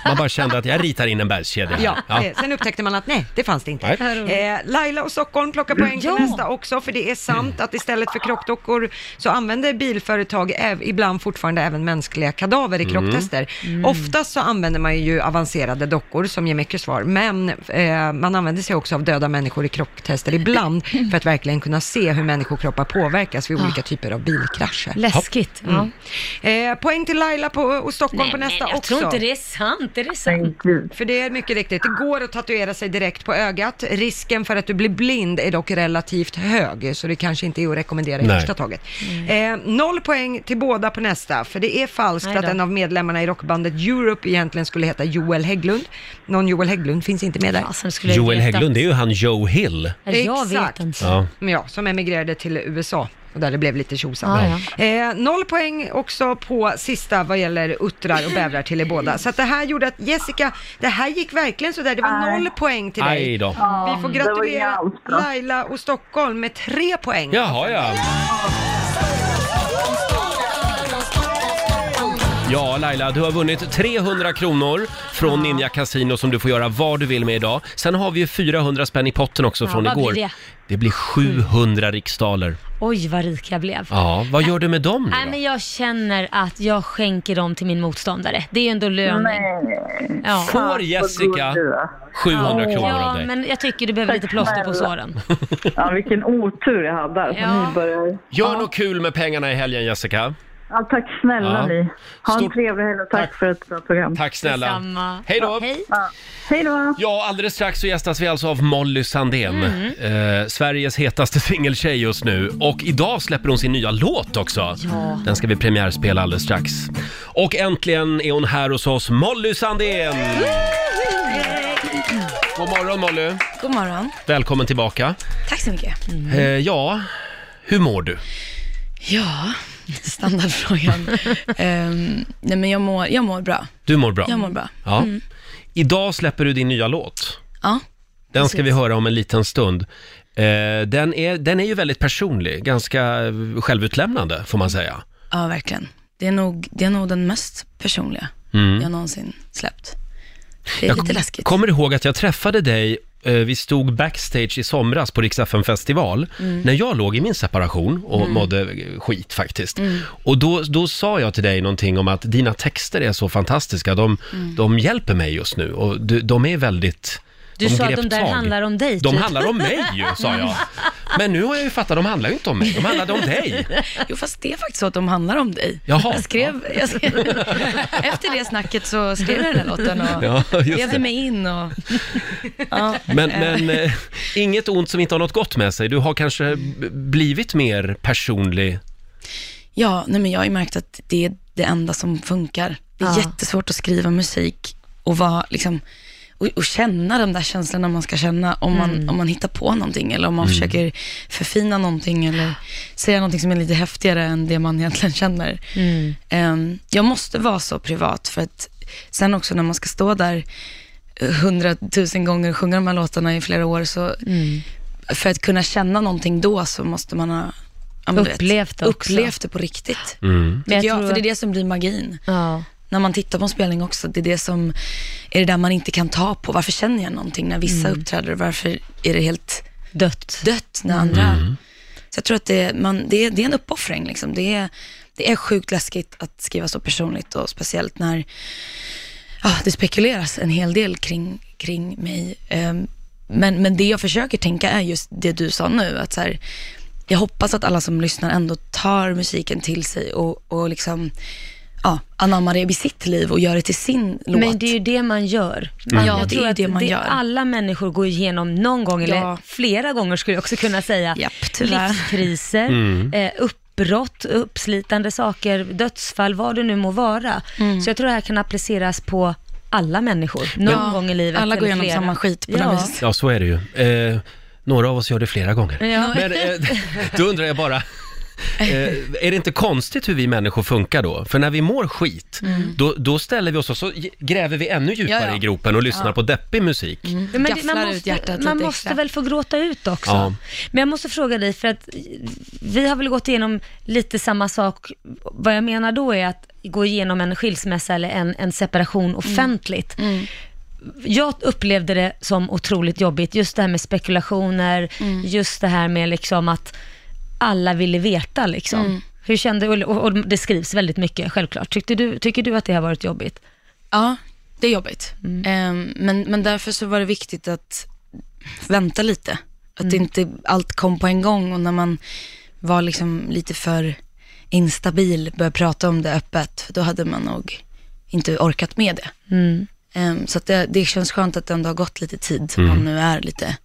Speaker 1: Man bara kände att jag ritar in en bergskedja. här.
Speaker 3: Ja, eh, sen upptäckte man att nej, det fanns det inte.
Speaker 1: Nej.
Speaker 3: Eh, Laila och Stockholm plockar poäng till nästa också, för det är sant att istället för krockdockor så använder bilföretag äv- ibland fortfarande även mänskliga kadaver i
Speaker 12: Mm.
Speaker 3: krocktester.
Speaker 12: Mm.
Speaker 3: Oftast så använder man ju avancerade dockor som ger mycket svar, men eh, man använder sig också av döda människor i krocktester ibland för att verkligen kunna se hur människokroppar påverkas vid olika typer av bilkrascher.
Speaker 2: Läskigt.
Speaker 3: Mm. Eh, poäng till Laila på, och Stockholm
Speaker 2: Nej,
Speaker 3: på nästa
Speaker 2: men jag
Speaker 3: också.
Speaker 2: tror inte det är sant. Är det sant?
Speaker 3: För det är mycket riktigt, det går att tatuera sig direkt på ögat. Risken för att du blir blind är dock relativt hög, så det kanske inte är att rekommendera i
Speaker 12: Nej.
Speaker 3: första taget. Eh, noll poäng till båda på nästa, för det är falskt
Speaker 12: Nej
Speaker 3: att
Speaker 12: då.
Speaker 3: en av medlemmarna i rockbandet Europe egentligen skulle heta Joel Hägglund. Någon Joel Hägglund finns inte med där.
Speaker 1: Joel Hägglund, det är ju han Joe Hill.
Speaker 3: Exakt.
Speaker 1: Ja.
Speaker 3: Men Ja, som emigrerade till USA och där det blev lite tjosan.
Speaker 1: Ah,
Speaker 3: eh, noll poäng också på sista vad gäller uttrar och bävrar till er båda. Så att det här gjorde att Jessica, det här gick verkligen sådär. Det var noll poäng till dig.
Speaker 1: Aj då.
Speaker 12: Ja,
Speaker 3: Vi får
Speaker 12: det var inga
Speaker 3: gratulera
Speaker 12: alls bra.
Speaker 3: Laila och Stockholm med tre poäng.
Speaker 1: Jaha, ja. Ja, Laila, du har vunnit 300 kronor från Ninja Casino som du får göra vad du vill med idag. Sen har vi ju 400 spänn i potten också
Speaker 2: Ja,
Speaker 1: från
Speaker 2: vad
Speaker 1: igår.
Speaker 2: blir det?
Speaker 1: det blir 700 riksdaler.
Speaker 2: Oj, vad rik jag blev.
Speaker 1: Ja, vad gör du med dem nu
Speaker 2: Nej,
Speaker 1: då?
Speaker 2: men jag känner att jag skänker dem till min motståndare. Det är ju ändå löning. Ja.
Speaker 1: Får Jessica 700 kronor
Speaker 2: ja,
Speaker 1: av dig?
Speaker 2: men jag tycker du behöver lite plåster på såren.
Speaker 12: Ja, vilken otur jag hade. Alltså,
Speaker 2: Ja.
Speaker 12: ni börjar...
Speaker 1: Gör något kul med pengarna i helgen, Jessica.
Speaker 12: ja, tack snälla
Speaker 1: Ja.
Speaker 12: ni. Ha en
Speaker 1: Stort-
Speaker 12: trevlig helg och tack, för ett bra program.
Speaker 1: Tack snälla. Detsamma. Hej då.
Speaker 2: Hej.
Speaker 12: Ja. Hej då.
Speaker 1: Ja, alldeles strax så gästas vi alltså av Molly Sandén,
Speaker 13: Mm.
Speaker 1: eh, Sveriges hetaste singeltjej just nu. Och idag släpper hon sin nya låt också.
Speaker 2: Ja.
Speaker 1: Den ska vi premiärspela alldeles strax. Och äntligen är hon här hos oss, Molly Sandén! God morgon Molly!
Speaker 13: God morgon.
Speaker 1: Välkommen tillbaka.
Speaker 13: Tack så mycket.
Speaker 1: Eh, ja, hur mår du?
Speaker 13: Ja, standardfrågan. Ehm, nej men jag mår, jag mår bra.
Speaker 1: Du mår bra?
Speaker 13: Jag mår bra.
Speaker 1: Ja.
Speaker 13: Mm.
Speaker 1: Idag släpper du din nya låt.
Speaker 13: Ja.
Speaker 1: Den ska
Speaker 13: Precis.
Speaker 1: vi höra om en liten stund. Eh, den, är, den är ju väldigt personlig, ganska eh, självutlämnande får man säga.
Speaker 13: ja, verkligen. Det är, nog, det är nog den mest personliga
Speaker 1: Mm.
Speaker 13: jag någonsin släppt. Det är lite läskigt.
Speaker 1: kommer ihåg att jag träffade dig, eh, vi stod backstage i somras på Rix FM festival,
Speaker 13: Mm.
Speaker 1: när jag låg i min separation och
Speaker 13: Mm.
Speaker 1: mådde eh, skit faktiskt.
Speaker 13: Mm.
Speaker 1: Och då, då sa jag till dig någonting om att dina texter är så fantastiska, de,
Speaker 2: Mm.
Speaker 1: de hjälper mig just nu och du, de är väldigt...
Speaker 2: Du sa att
Speaker 1: grep
Speaker 2: de där
Speaker 1: tag.
Speaker 2: handlar om dig,
Speaker 1: De
Speaker 2: typ.
Speaker 1: handlar om mig ju, sa jag. Men nu har jag ju fattat, de handlar ju inte om mig, de handlade om dig.
Speaker 13: Jo, fast det är faktiskt så att de handlar om dig.
Speaker 1: Jaha.
Speaker 13: Jag skrev, jag skrev, efter det snacket så skrev jag den här låten och
Speaker 1: Ja, just
Speaker 13: levde
Speaker 1: det.
Speaker 13: mig in och... Ja.
Speaker 1: Men,
Speaker 13: Eh,
Speaker 1: men eh, inget ont som inte har något gott med sig. Du har kanske b- blivit mer personlig.
Speaker 13: Ja, nej men jag har ju märkt att det är det enda som funkar. Det är
Speaker 2: Ja.
Speaker 13: jättesvårt att skriva musik och vara liksom och, och känna de där känslorna man ska känna om man,
Speaker 2: Mm.
Speaker 13: om man hittar på någonting eller om man
Speaker 8: Mm.
Speaker 13: försöker förfina någonting eller säga någonting som är lite häftigare än det man egentligen känner.
Speaker 2: Mm.
Speaker 13: Ehm, jag måste vara så privat för att sen också när man ska stå där hundratusen gånger och sjunga de här låtarna i flera år så
Speaker 2: Mm.
Speaker 13: för att kunna känna någonting då så måste man ha ja, men du vet,
Speaker 2: Upplevt det också.
Speaker 13: upplevt det på riktigt.
Speaker 8: Mm.
Speaker 13: Tycker
Speaker 2: jag
Speaker 13: jag
Speaker 2: tror
Speaker 13: för det är
Speaker 2: att-
Speaker 13: det som blir magin. När man tittar på en spelning också, det är det som är det där man inte kan ta på. Varför känner jag någonting när vissa
Speaker 2: Mm.
Speaker 13: uppträder? Varför är det helt
Speaker 2: dött,
Speaker 13: dött Mm. när andra... Så jag tror att det, är- man, det, är, det är en uppoffring. Liksom. Det, är, det är sjukt läskigt att skriva så personligt och speciellt när ja, det spekuleras en hel del kring, kring mig. Ehm, men, men det jag försöker tänka är just det du sa nu. Att så här, jag hoppas att alla som lyssnar ändå tar musiken till sig och, och liksom, ja, anammar det i sitt liv och gör det till sin låt.
Speaker 2: Men det är ju det man gör.
Speaker 13: Mm. Ja,
Speaker 2: Jag
Speaker 13: det
Speaker 2: tror
Speaker 13: är ju
Speaker 2: att
Speaker 13: det man gör.
Speaker 2: Alla människor går igenom någon gång, eller
Speaker 13: Ja.
Speaker 2: flera gånger skulle jag också kunna säga,
Speaker 13: tyvärr.
Speaker 2: livskriser,
Speaker 13: Mm.
Speaker 2: eh, uppbrott, uppslitande saker, dödsfall, vad det nu må vara.
Speaker 13: Mm.
Speaker 2: Så jag tror det här kan appliceras på alla människor, någon
Speaker 13: Ja,
Speaker 2: gång i livet.
Speaker 13: alla går
Speaker 2: eller
Speaker 13: igenom
Speaker 2: flera.
Speaker 13: samma skit på något
Speaker 2: ja.
Speaker 13: vis.
Speaker 1: Ja, så är det ju. Eh, några av oss gör det flera gånger.
Speaker 2: Ja.
Speaker 1: Men eh, då undrar jag bara, eh, är det inte konstigt hur vi människor funkar då? För när vi mår skit,
Speaker 2: Mm.
Speaker 1: då, då ställer vi oss och så gräver vi ännu djupare
Speaker 2: Ja, ja.
Speaker 1: i gropen och lyssnar
Speaker 2: Ja. Mm.
Speaker 1: på deppig musik.
Speaker 2: Men det-
Speaker 13: Gafflar
Speaker 2: man
Speaker 13: ut
Speaker 2: måste,
Speaker 13: hjärtat
Speaker 2: man
Speaker 13: lite
Speaker 2: måste
Speaker 13: extra.
Speaker 2: väl få gråta ut också.
Speaker 1: Ja.
Speaker 2: Men jag måste fråga dig, för att vi har väl gått igenom lite samma sak. Vad jag menar då är att gå igenom en skilsmässa eller en, en
Speaker 13: Mm.
Speaker 2: separation offentligt. Jag upplevde det som otroligt jobbigt, just det här med spekulationer,
Speaker 13: Mm.
Speaker 2: just det här med liksom att alla ville veta. Liksom.
Speaker 13: Mm.
Speaker 2: Hur kände, och, och och det skrivs väldigt mycket, självklart. Tyckte du, tycker du att det har varit jobbigt?
Speaker 13: Ja, det är jobbigt.
Speaker 2: Mm.
Speaker 13: Ehm, men, men därför så var det viktigt att vänta lite. Att
Speaker 2: Mm.
Speaker 13: inte allt kom på en gång och när man var liksom lite för instabil, började prata om det öppet, då hade man nog inte orkat med det.
Speaker 2: Mm.
Speaker 13: Ehm, så att det, det känns skönt att det ändå har gått lite tid,
Speaker 2: Mm.
Speaker 13: man nu är lite,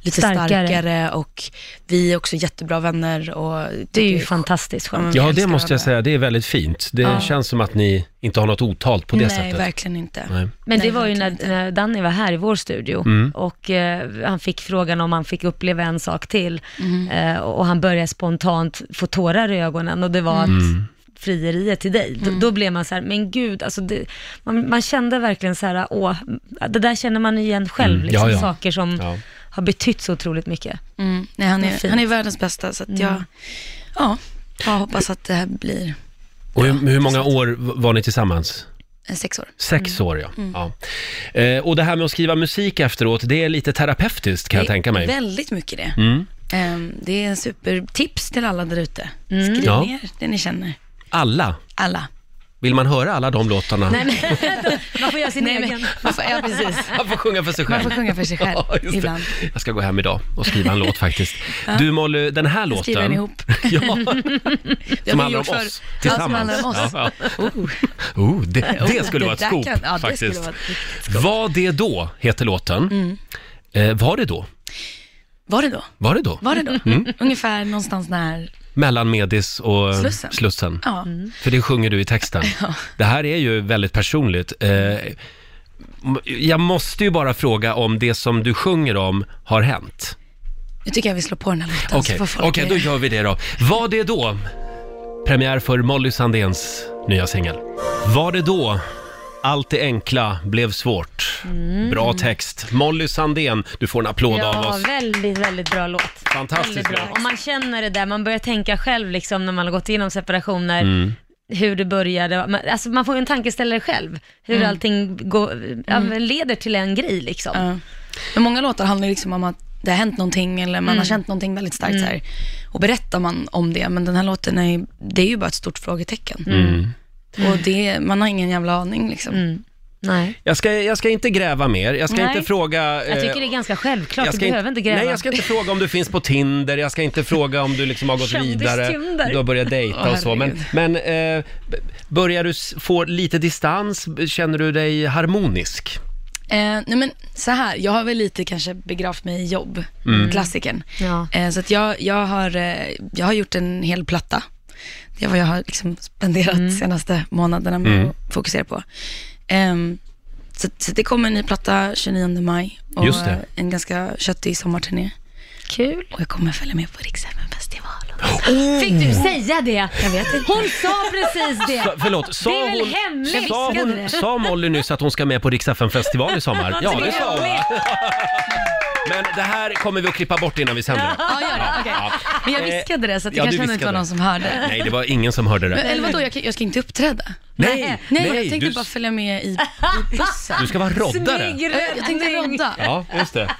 Speaker 13: lite
Speaker 2: Starkare.
Speaker 13: starkare. och vi är också jättebra vänner. Och
Speaker 2: Det är ju fantastiskt skönt.
Speaker 1: Ja, det måste jag säga, det är väldigt fint. Det
Speaker 13: Ja.
Speaker 1: känns som att ni inte har något otalt på det
Speaker 13: Nej,
Speaker 1: sättet.
Speaker 13: verkligen inte.
Speaker 1: Nej.
Speaker 2: Men det
Speaker 13: Nej,
Speaker 2: var ju när, när Danny var här i vår studio
Speaker 1: Mm.
Speaker 2: och eh, han fick frågan om han fick uppleva en sak till eh, och han började spontant få tårar i ögonen och det var att
Speaker 8: Mm.
Speaker 2: frieriet till dig. Då, då blev man så här, men gud, alltså det, man, man kände verkligen så här, åh, det där känner man igen själv,
Speaker 13: Mm,
Speaker 2: liksom,
Speaker 13: ja, ja.
Speaker 2: saker som
Speaker 13: Ja.
Speaker 2: har betytt så otroligt mycket.
Speaker 13: Mm. Nej, han,
Speaker 2: Vad
Speaker 13: är,
Speaker 2: fint.
Speaker 13: han är världens bästa, så att
Speaker 2: Mm.
Speaker 13: jag, ja, jag hoppas att det här blir
Speaker 1: Och hur, hur många år v- var ni tillsammans?
Speaker 13: eh, sex år.
Speaker 1: Sex år, ja.
Speaker 13: Mm.
Speaker 1: ja. Eh, och det här med att skriva musik efteråt, det är lite terapeutiskt kan jag
Speaker 13: Det är
Speaker 1: tänka mig.
Speaker 13: Väldigt mycket det.
Speaker 1: Mm.
Speaker 13: Ehm, Det är en supertips till alla där ute.
Speaker 2: Mm.
Speaker 13: Skriv
Speaker 1: Ja.
Speaker 13: ner det ni känner.
Speaker 1: Alla.
Speaker 13: Alla.
Speaker 1: Vill man höra alla de låtarna?
Speaker 2: Nej, men, man får göra sin
Speaker 13: Nej, men-
Speaker 2: egen.
Speaker 13: man får- ja, precis.
Speaker 1: Man får sjunga för sig själv.
Speaker 13: Man får sjunga för sig själv
Speaker 1: Ja, just det.
Speaker 13: ibland.
Speaker 1: Jag ska gå hem idag och skriva en låt faktiskt.
Speaker 13: Ja.
Speaker 1: Du Molly, den här låten...
Speaker 13: Skriver den ihop.
Speaker 1: ja,
Speaker 13: Det har
Speaker 1: som
Speaker 13: vi
Speaker 1: handlar om
Speaker 13: gjort förr.
Speaker 1: oss
Speaker 13: Ja, som
Speaker 1: tillsammans.
Speaker 13: handlar om oss.
Speaker 1: Ja, ja. Oh, det, det
Speaker 13: Oh,
Speaker 1: skulle
Speaker 13: det
Speaker 1: vara ett
Speaker 13: där
Speaker 1: scoop
Speaker 13: kan- ja, det skulle
Speaker 1: faktiskt.
Speaker 13: vara ett
Speaker 1: Var det då, heter låten.
Speaker 13: Mm.
Speaker 1: Eh, var det då?
Speaker 13: Var det då?
Speaker 1: Var det då?
Speaker 13: Var det då?
Speaker 1: Mm.
Speaker 13: Ungefär någonstans när...
Speaker 1: Mellan Medis och Slussen.
Speaker 13: Slussen. Ja.
Speaker 2: Mm.
Speaker 1: För det sjunger du i texten. Det här är ju väldigt personligt. Eh, m- jag måste ju bara fråga om det som du sjunger om har hänt.
Speaker 13: Nu tycker jag vi slår på den här låten
Speaker 1: Okej,
Speaker 13: så får folk...
Speaker 1: okej, då gör vi det då. Var det då? Premiär för Molly Sandéns nya singel. Var det då? Allt det enkla blev svårt. Bra text. Molly Sandén, du får en applåd av
Speaker 2: Mm. Ja,
Speaker 1: oss.
Speaker 2: väldigt, väldigt bra låt.
Speaker 1: Fantastisk
Speaker 2: Väldigt bra.
Speaker 1: låt.
Speaker 2: Och man känner det där, man börjar tänka själv liksom när man har gått igenom separationer,
Speaker 1: Mm.
Speaker 2: hur det började. Man, alltså man får ju en tankeställare själv, hur
Speaker 13: Mm.
Speaker 2: allting går, ja,
Speaker 1: Mm.
Speaker 2: leder till en grej liksom.
Speaker 13: Ja. Men många låtar handlar ju liksom om att det har hänt någonting eller man
Speaker 2: Mm.
Speaker 13: har känt någonting väldigt starkt
Speaker 2: Mm.
Speaker 13: så här. Och berättar man om det, men den här låten är ju, det är ju bara ett stort frågetecken.
Speaker 1: Mm.
Speaker 13: Och det, man har ingen jävla aning liksom.
Speaker 2: Mm. Nej.
Speaker 1: Jag ska, jag ska inte gräva mer. Jag ska
Speaker 13: Nej.
Speaker 1: inte fråga...
Speaker 2: Jag tycker
Speaker 1: eh,
Speaker 2: det är ganska självklart,
Speaker 1: jag
Speaker 2: du
Speaker 1: ska
Speaker 2: behöver inte gräva.
Speaker 1: Nej, jag ska inte fråga om du finns på Tinder, jag ska inte fråga om du liksom har gått vidare,
Speaker 2: Kändis-Tinder.
Speaker 1: du har börjat dejta
Speaker 2: Åh,
Speaker 1: och så. Men, men eh, b- börjar du s- få lite distans? Känner du dig harmonisk?
Speaker 13: Eh, nej men så här, jag har väl lite kanske begravt mig i jobb,
Speaker 1: Mm.
Speaker 13: klassiken.
Speaker 2: Ja.
Speaker 13: Eh, så att jag, jag, har, eh, jag har gjort en hel platta. Det är vad jag Mm. har liksom spenderat senaste månaderna med
Speaker 8: Mm.
Speaker 13: att fokusera på. Ehm, Så, så det kommer en ny platta 29 maj och
Speaker 1: Just det.
Speaker 13: eh, en ganska köttig sommarturné.
Speaker 2: Kul.
Speaker 13: Och jag kommer följa med på Riksfem festival.
Speaker 2: Fick du säga det? Jag vet inte. Hon sa precis det.
Speaker 1: Sa- Förlåt, sa
Speaker 2: det är väl
Speaker 1: hon,
Speaker 2: hemligt?
Speaker 1: sa, hon, sa Molly nyss att hon ska med på Rix festival i sommar? Ja, det sa hon. va? Men det här kommer vi att klippa bort innan vi sänder.
Speaker 13: Ja, gör det. Okej.
Speaker 1: Ja.
Speaker 13: Men jag viskade det, så att det
Speaker 1: Ja, du
Speaker 13: kanske ändå inte
Speaker 1: viskade.
Speaker 13: var någon som hörde.
Speaker 1: Nej, det var ingen som hörde
Speaker 13: Men,
Speaker 1: det.
Speaker 13: Eh, eller vadå, jag, kan- jag ska inte uppträda?
Speaker 1: Nej,
Speaker 13: Nej,
Speaker 1: nej,
Speaker 13: jag tänkte
Speaker 1: du-
Speaker 13: bara följa med i, i bussen.
Speaker 1: Du ska vara roddare. Snygg
Speaker 13: Jag, jag tänkte rodda.
Speaker 1: Ja, just det.
Speaker 13: Eh,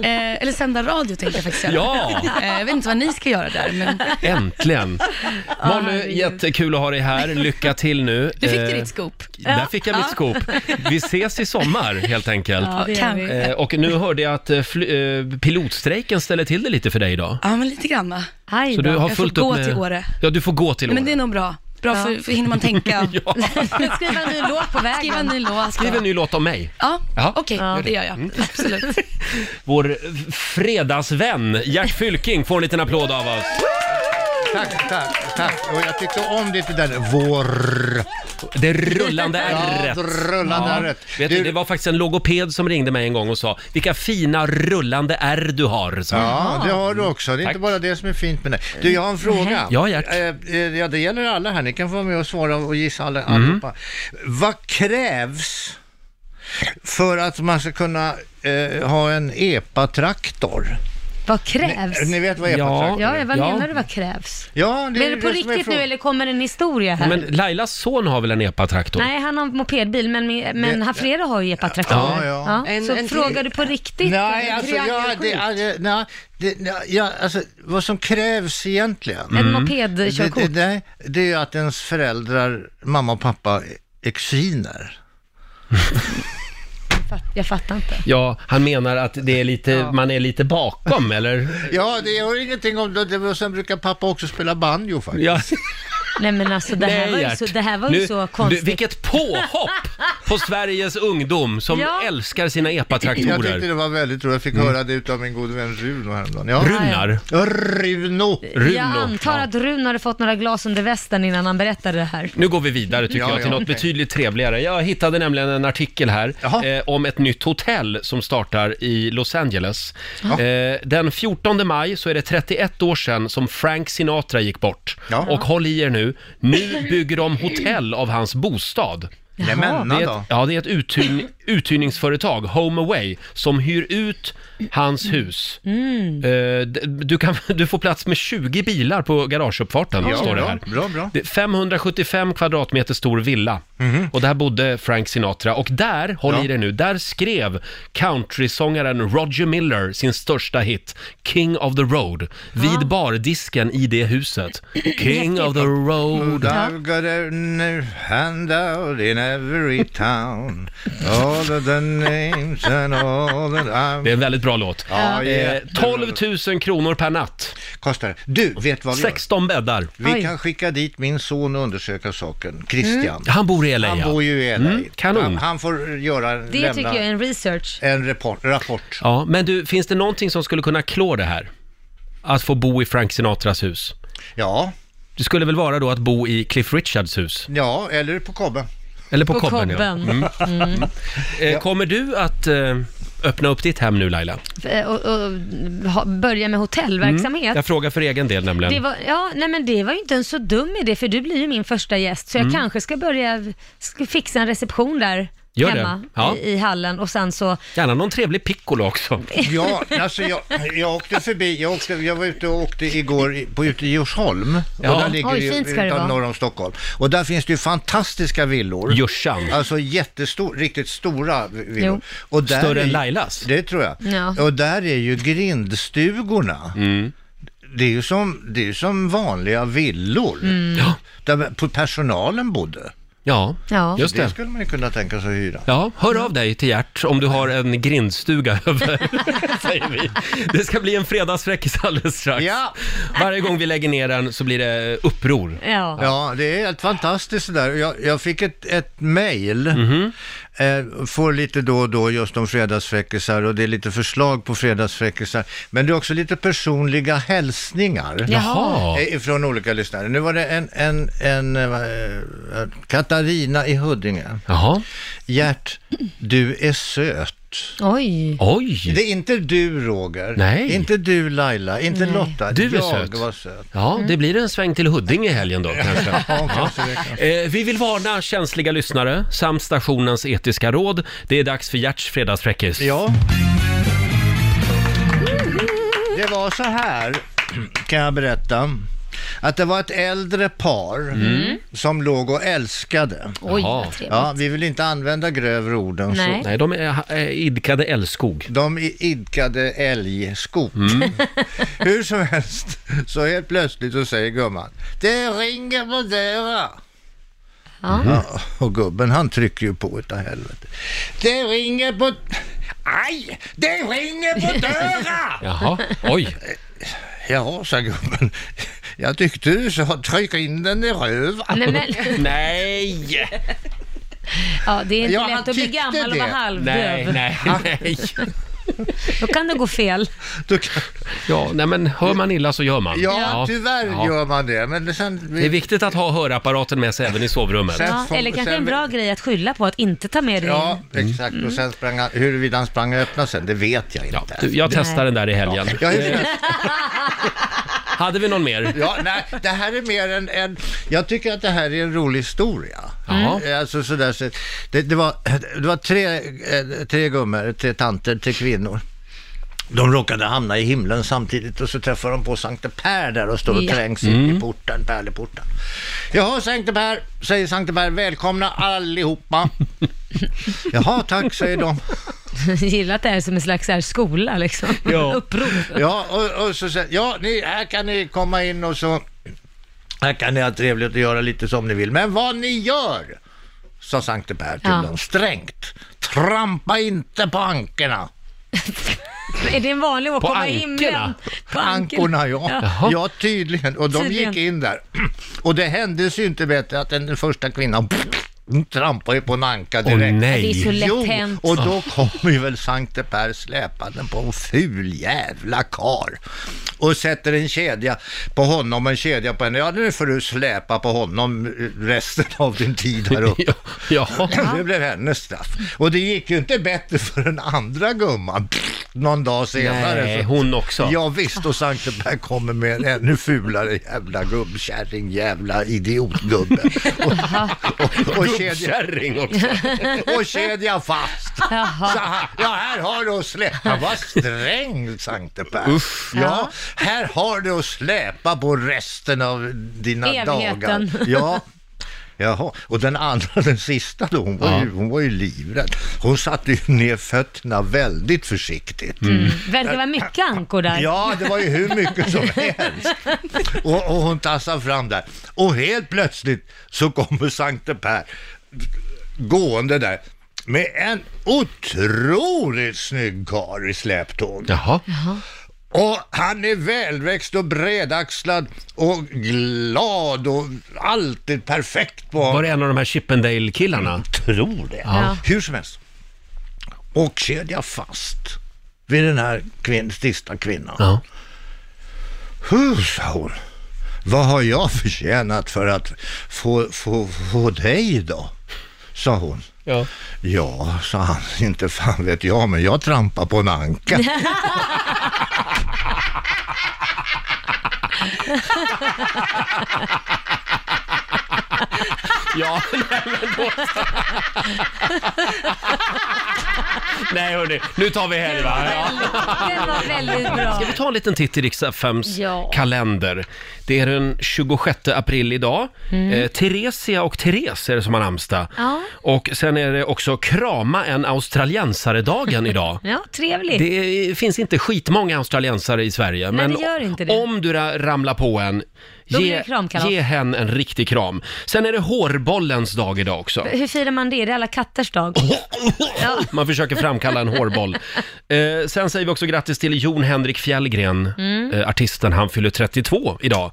Speaker 13: eller sända radio tänkte jag faktiskt göra.
Speaker 1: Ja.
Speaker 13: Eh, jag vet inte vad ni ska göra där, men
Speaker 1: Äntligen! Molly,
Speaker 13: Ah, herregud.
Speaker 1: jättekul att ha dig här. Lycka till nu.
Speaker 13: du fick du
Speaker 1: Eh,
Speaker 13: ditt scoop.
Speaker 1: Där fick jag mitt
Speaker 13: Ja.
Speaker 1: scoop. Vi ses i sommar helt enkelt.
Speaker 13: Ja, det gör vi.
Speaker 1: Eh, Och nu hörde jag att eh, fly, eh, pilotstrejken ställer till det lite för dig idag.
Speaker 13: Ja, men lite grann va?
Speaker 1: Så du har
Speaker 13: jag
Speaker 1: fullt
Speaker 13: får gå
Speaker 1: upp med...
Speaker 13: till Åre.
Speaker 1: Ja, du får gå till Åre.
Speaker 13: Men det är nog bra. Bra,
Speaker 2: Ja.
Speaker 13: för, för hinner man tänka.
Speaker 2: Skriva en ny låt på vägen.
Speaker 13: Skriva en ny låt.
Speaker 1: Skriv en ny låt om mig.
Speaker 13: Ja,
Speaker 1: Ja.
Speaker 13: okej,
Speaker 1: Ja.
Speaker 13: det gör jag. Absolut.
Speaker 1: Vår f- fredagsvän Gert Fylking får en liten applåd av oss.
Speaker 8: Tack, tack, tack. Och jag tyckte om det där vår...
Speaker 1: Det rullande
Speaker 8: Ja,
Speaker 1: ärret.
Speaker 8: det rullande ärret.
Speaker 1: Vet du, det var faktiskt en logoped som ringde mig en gång och sa “Vilka fina rullande ärr du har”. Så.
Speaker 8: Ja, det har du också. Det är inte bara det som är fint med det. Du, jag har en
Speaker 13: Mm,
Speaker 8: fråga.
Speaker 1: Ja, Gert.
Speaker 8: Eh, eh, Ja, det gäller alla här. Ni kan få vara med och svara och gissa alla,
Speaker 1: Mm.
Speaker 8: allihopa. Vad krävs för att man ska kunna eh, ha en epatraktor?
Speaker 2: Vad krävs?
Speaker 8: Ni- ni vet vad epatraktor
Speaker 2: ja,
Speaker 8: är.
Speaker 2: ja, vad
Speaker 8: Ja.
Speaker 2: menar du vad krävs?
Speaker 8: Ja,
Speaker 2: Blir det på riktigt nu eller kommer en historia här?
Speaker 1: Men Lailas son har väl en epatraktor?
Speaker 2: Nej, han har mopedbil, men, men
Speaker 1: Det-
Speaker 2: han flera har ju
Speaker 1: Ja,
Speaker 2: epatraktorer.
Speaker 1: ja.
Speaker 2: så
Speaker 8: En- en-
Speaker 2: frågar du på riktigt?
Speaker 8: Nej,
Speaker 2: En
Speaker 8: alltså, ja, det,
Speaker 2: triangelskjut?
Speaker 8: ja, det, nej, det, nej, ja, alltså vad som krävs egentligen.
Speaker 2: En Mm. mopedkörkort.
Speaker 8: Det, det, nej, det är ju att ens föräldrar, mamma och pappa, är kusiner.
Speaker 2: Jag fattar inte.
Speaker 1: Ja, han menar att det är lite, man är lite bakom, eller?
Speaker 8: Ja, det gör ingenting om det. det- Och sen brukar pappa också spela banjo faktiskt.
Speaker 1: Ja.
Speaker 2: Nej men alltså det här
Speaker 1: Nej,
Speaker 2: var ju
Speaker 1: Gert.
Speaker 2: så, det här var ju
Speaker 1: Nu-
Speaker 2: så konstigt.
Speaker 1: du, vilket påhopp på Sveriges ungdom som
Speaker 2: Ja.
Speaker 1: älskar sina
Speaker 8: Jag
Speaker 1: epatraktorer.
Speaker 8: tyckte det var väldigt roligt. Jag fick höra det utav min gode vän Runo häromdagen.
Speaker 1: Runar?
Speaker 8: Ja, Runo.
Speaker 2: jag antar att Rune hade fått några glas under västen innan han berättade det här.
Speaker 1: Nu går vi vidare tycker
Speaker 8: Ja,
Speaker 1: jag till
Speaker 8: ja,
Speaker 1: något
Speaker 8: okej.
Speaker 1: betydligt trevligare. Jag hittade nämligen en artikel här eh, om ett nytt hotell som startar i Los Angeles.
Speaker 8: Jaha.
Speaker 1: Eh, den 14 maj så är det 31 år sedan som Frank Sinatra gick bort. Och håll i er nu, nu bygger de hotell av hans bostad.
Speaker 8: Nämen,
Speaker 1: det är ett,
Speaker 8: då.
Speaker 1: ja, det är ett uthyrn, uthyrningsföretag, Home Away, som hyr ut hans hus. Eh, d- Du, kan, du får plats med 20 bilar på garageuppfarten,
Speaker 8: Ja,
Speaker 1: står det
Speaker 8: bra,
Speaker 1: här.
Speaker 8: bra, bra. Mhm.
Speaker 1: Det är 575 kvadratmeter stor villa. Och där bodde Frank Sinatra. Och där, håll i det nu, där skrev countrysångaren Roger Miller sin största hit, King of the Road, vid bardisken i det huset. King of the road.
Speaker 8: I've got a new handout in every town. All of the names and all that I'm...
Speaker 1: Det är en väldigt bra låt.
Speaker 8: Ja,
Speaker 1: Eh,
Speaker 8: jättebra.
Speaker 1: 12 000 kronor per natt.
Speaker 8: Kostar Du, vet vad vi gör?
Speaker 1: 16 bäddar.
Speaker 8: Vi kan skicka dit min son och undersöka saken, Christian.
Speaker 1: Mm. Han bor i LA.
Speaker 8: Han
Speaker 1: ja.
Speaker 8: bor ju i LA.
Speaker 1: Mm, kanon.
Speaker 8: Han, han får göra,
Speaker 2: Det
Speaker 8: lämna
Speaker 2: tycker jag är en research.
Speaker 8: en rapport. rapport.
Speaker 1: Ja, men du, finns det någonting som skulle kunna klå det här? Att få bo i Frank Sinatras hus?
Speaker 8: Ja.
Speaker 1: Det skulle väl vara då att bo i Cliff Richards hus?
Speaker 8: Ja, eller på kobben.
Speaker 1: Eller på, Cobben, Ja. Mm.
Speaker 2: Mm.
Speaker 1: Eh, kommer du att eh, öppna upp ditt hem nu Laila?
Speaker 2: Eh, Och, och ha, börja med hotellverksamhet.
Speaker 1: Mm. Jag frågar för egen del nämligen.
Speaker 2: Det var, ja, nej men det var ju inte en så dum idé, för du blir ju min första gäst, så jag
Speaker 1: Mm.
Speaker 2: kanske ska börja ska fixa en reception där
Speaker 1: Gör det.
Speaker 2: hemma
Speaker 1: Ja.
Speaker 2: i, i hallen och sen så...
Speaker 1: Gärna någon trevlig piccolo också.
Speaker 8: Ja, alltså jag, jag åkte förbi, jag, åkte, jag var ute och åkte igår i- på, ute i Djursholm.
Speaker 1: Ja.
Speaker 8: Och där ligger
Speaker 1: Oj,
Speaker 8: det ju
Speaker 1: fint ska det
Speaker 8: utan-
Speaker 1: vara.
Speaker 8: norr om Stockholm. Och där finns det ju fantastiska villor.
Speaker 1: Djursan.
Speaker 8: Alltså jättestor, riktigt stora vi- villor.
Speaker 1: Jo.
Speaker 8: Och där
Speaker 1: Större
Speaker 8: är,
Speaker 1: än Lailas.
Speaker 8: Det tror jag.
Speaker 1: Ja.
Speaker 8: Och där är ju grindstugorna. Det är ju som, det är ju som vanliga villor.
Speaker 1: Mm.
Speaker 8: Där på- personalen bodde.
Speaker 1: Ja,
Speaker 2: Ja.
Speaker 1: just
Speaker 8: det.
Speaker 1: det.
Speaker 8: skulle man ju kunna tänka sig att hyra.
Speaker 1: Ja, hör av dig till Gert om du har en grindstuga över, säger vi. Det ska bli en fredagsfräckis alldeles strax.
Speaker 8: Ja.
Speaker 1: Varje gång vi lägger ner den så blir det uppror.
Speaker 2: Ja.
Speaker 8: Ja, det är helt fantastiskt det där. Jag, jag fick ett, ett mejl,
Speaker 1: Mhm.
Speaker 8: eh, får lite då och då just om fredagsfräckisar och det är lite förslag på fredagsfräckisar. Men det är också lite personliga hälsningar
Speaker 4: Jaha.
Speaker 8: Eh, från olika lyssnare. Nu var det en, en, en eh, vad, eh, Kat, Katarina i Huddinge.
Speaker 1: Jaha.
Speaker 8: Gert, du är söt.
Speaker 2: Oj.
Speaker 1: Oj.
Speaker 8: Det är inte du Roger,
Speaker 1: Nej.
Speaker 8: inte du Laila, inte
Speaker 1: Nej.
Speaker 8: Lotta.
Speaker 1: Du är
Speaker 8: jag
Speaker 1: söt.
Speaker 8: var söt.
Speaker 1: Ja, det blir en sväng till Huddinge i helgen då kanske.
Speaker 8: kanske det,
Speaker 1: Eh, vi vill varna känsliga lyssnare samt stationens etiska råd. Det är dags för Gerts fredagsfräckis.
Speaker 8: Ja. Det var så här, kan jag berätta, att det var ett äldre par
Speaker 1: Mm.
Speaker 8: som låg och älskade.
Speaker 1: Oj, Jaha. vad trevligt.
Speaker 8: ja, Vi vill inte använda grövre ord än
Speaker 1: Nej.
Speaker 8: så.
Speaker 1: Nej, de är, är idkade älskog.
Speaker 8: De i- idkade älgskog. Hur som helst, så helt plötsligt så säger gumman, Det ringer på dörren. Ja, och gubben han trycker ju på utav helvete. det ringer på... Aj! Det ringer på dörren!
Speaker 1: Jaha, oj.
Speaker 8: Ja, sa gubben. Jag tyckte du sa tryck in den i röven.
Speaker 2: Nej, men-
Speaker 1: Nej!
Speaker 2: Ja, det är inte
Speaker 8: Ja, han
Speaker 2: lätt att bli
Speaker 8: tyckte
Speaker 2: gammal och
Speaker 8: det.
Speaker 2: vara halvdöv.
Speaker 1: nej.
Speaker 2: Då kan det gå fel.
Speaker 1: Ja, nej men hör man illa så gör man.
Speaker 8: Ja, tyvärr
Speaker 1: Ja.
Speaker 8: gör man det. Men sen...
Speaker 1: Det är viktigt att ha hörapparaten med sig även i sovrummet.
Speaker 8: Sen
Speaker 2: Ja,
Speaker 8: får-
Speaker 2: eller kanske
Speaker 8: sen-
Speaker 2: en bra grej att skylla på, att inte ta med det
Speaker 8: Ja,
Speaker 2: in.
Speaker 1: Mm.
Speaker 8: exakt. Och sen sprang han, huruvida han sprang och öppnade sen, det vet jag inte.
Speaker 1: Du, jag testar den där i helgen.
Speaker 8: Ja, hur-
Speaker 1: Eh, Hade vi någon mer?
Speaker 8: Ja, nej, det här är mer en, en... Jag tycker att det här är en rolig historia.
Speaker 1: Jaha.
Speaker 8: Eh, Alltså sådär, så, det, det var, det var tre, eh, tre gummor, tre tanter, tre kvinnor. De råkade hamna i himlen samtidigt och så träffade de på Sankte Per där och står och
Speaker 14: Ja.
Speaker 8: trängs in
Speaker 14: Mm.
Speaker 8: i porten, pärleporten. Jaha, Sankte Per, säger Sankte Per, välkomna allihopa. Jaha, tack, säger de.
Speaker 2: Gillar att det är som en slags så här skola liksom. Uppror.
Speaker 8: Ja, och, och så säger ja, ni, här kan ni komma in och så här kan ni ha trevligt och göra lite som ni vill. Men vad ni gör, sa Sankte Per till
Speaker 2: Ja.
Speaker 8: dem strängt, trampa inte på ankorna.
Speaker 2: Är det en vanlig åkomma i himlen?
Speaker 8: På ankorna, ja. Ja, tydligen. Och de
Speaker 2: Tydligen.
Speaker 8: gick in där. Och det hände sig ju inte bättre att den första kvinnan hon trampade ju på en anka direkt.
Speaker 1: Åh, nej. Det är så lätt
Speaker 8: jo,
Speaker 1: hänt.
Speaker 8: och då kommer ju väl Sankte Per släpande på en ful jävla kar och sätter en kedja på honom och en kedja på henne. Ja, nu får du släpa på honom eh, resten av din tid här uppe.
Speaker 1: ja.
Speaker 8: Det blev hennes straff. Och det gick ju inte bättre för den andra gumman någon dag senare.
Speaker 1: Nej, hon också.
Speaker 8: Ja, visst och Sankte Per kommer med en ännu fulare jävla gubbkärring, jävla idiotgubbe. Och,
Speaker 1: Gubbkärring också.
Speaker 8: och kedja fast. Så här, ja, här har du att släpa. Vad sträng, Sankte Per.
Speaker 1: Uff.
Speaker 8: Ja, här har du att släpa på resten av dina
Speaker 2: Evigheten.
Speaker 8: dagar. Ja. Jaha, och den andra, den sista då, hon var,
Speaker 1: Ja.
Speaker 8: ju, hon var ju livrädd. Hon satte ju ner fötterna väldigt försiktigt.
Speaker 2: Mm. Verkar vara mycket ankor där.
Speaker 8: Ja, det var ju hur mycket som helst. Och, och hon tassar fram där. Och helt plötsligt så kommer Sankte Per gående där med en otroligt snygg karl i släptåg.
Speaker 1: Jaha.
Speaker 8: Och han är välväxt och bredaxlad och glad och alltid perfekt på
Speaker 1: Var det en av de här Chippendale-killarna?
Speaker 8: Tror det.
Speaker 1: Ja.
Speaker 8: Hur som helst. Och kedja fast vid den här kvinn, sista kvinnan.
Speaker 1: Ja.
Speaker 8: Huh, sa hon. Vad har jag förtjänat för att få, få, få dig då? Sa hon.
Speaker 1: Ja.
Speaker 8: Ja, sa han. Inte fan vet jag, men jag trampar på en anka.
Speaker 1: Ja, nej men då... Nej hörni, nu tar vi helg va? Ja.
Speaker 2: Det var väldigt bra.
Speaker 1: Ska vi ta en liten titt i Riks-FMs
Speaker 2: Ja.
Speaker 1: kalender? Det är den 26 april idag.
Speaker 2: Mm.
Speaker 1: Eh, Theresia och Therese är det som har namnsdag.
Speaker 2: Ja.
Speaker 1: Och sen är det också krama en australiensare-dagen idag.
Speaker 2: Ja, trevligt.
Speaker 1: Det är- finns inte skitmånga australiensare i Sverige, men
Speaker 2: det gör inte det.
Speaker 1: om du ra- ramlar på en,
Speaker 2: Då blir
Speaker 1: ge,
Speaker 2: det kramkalas.
Speaker 1: ge henne en riktig kram. Sen är det hårbollens dag idag också.
Speaker 2: Hur firar man det? Det är alla katters dag.
Speaker 1: Man försöker framkalla en hårboll. Eh, sen säger vi också grattis till Jon Henrik Fjällgren,
Speaker 2: Mm.
Speaker 1: eh, artisten. Han fyller 32 idag.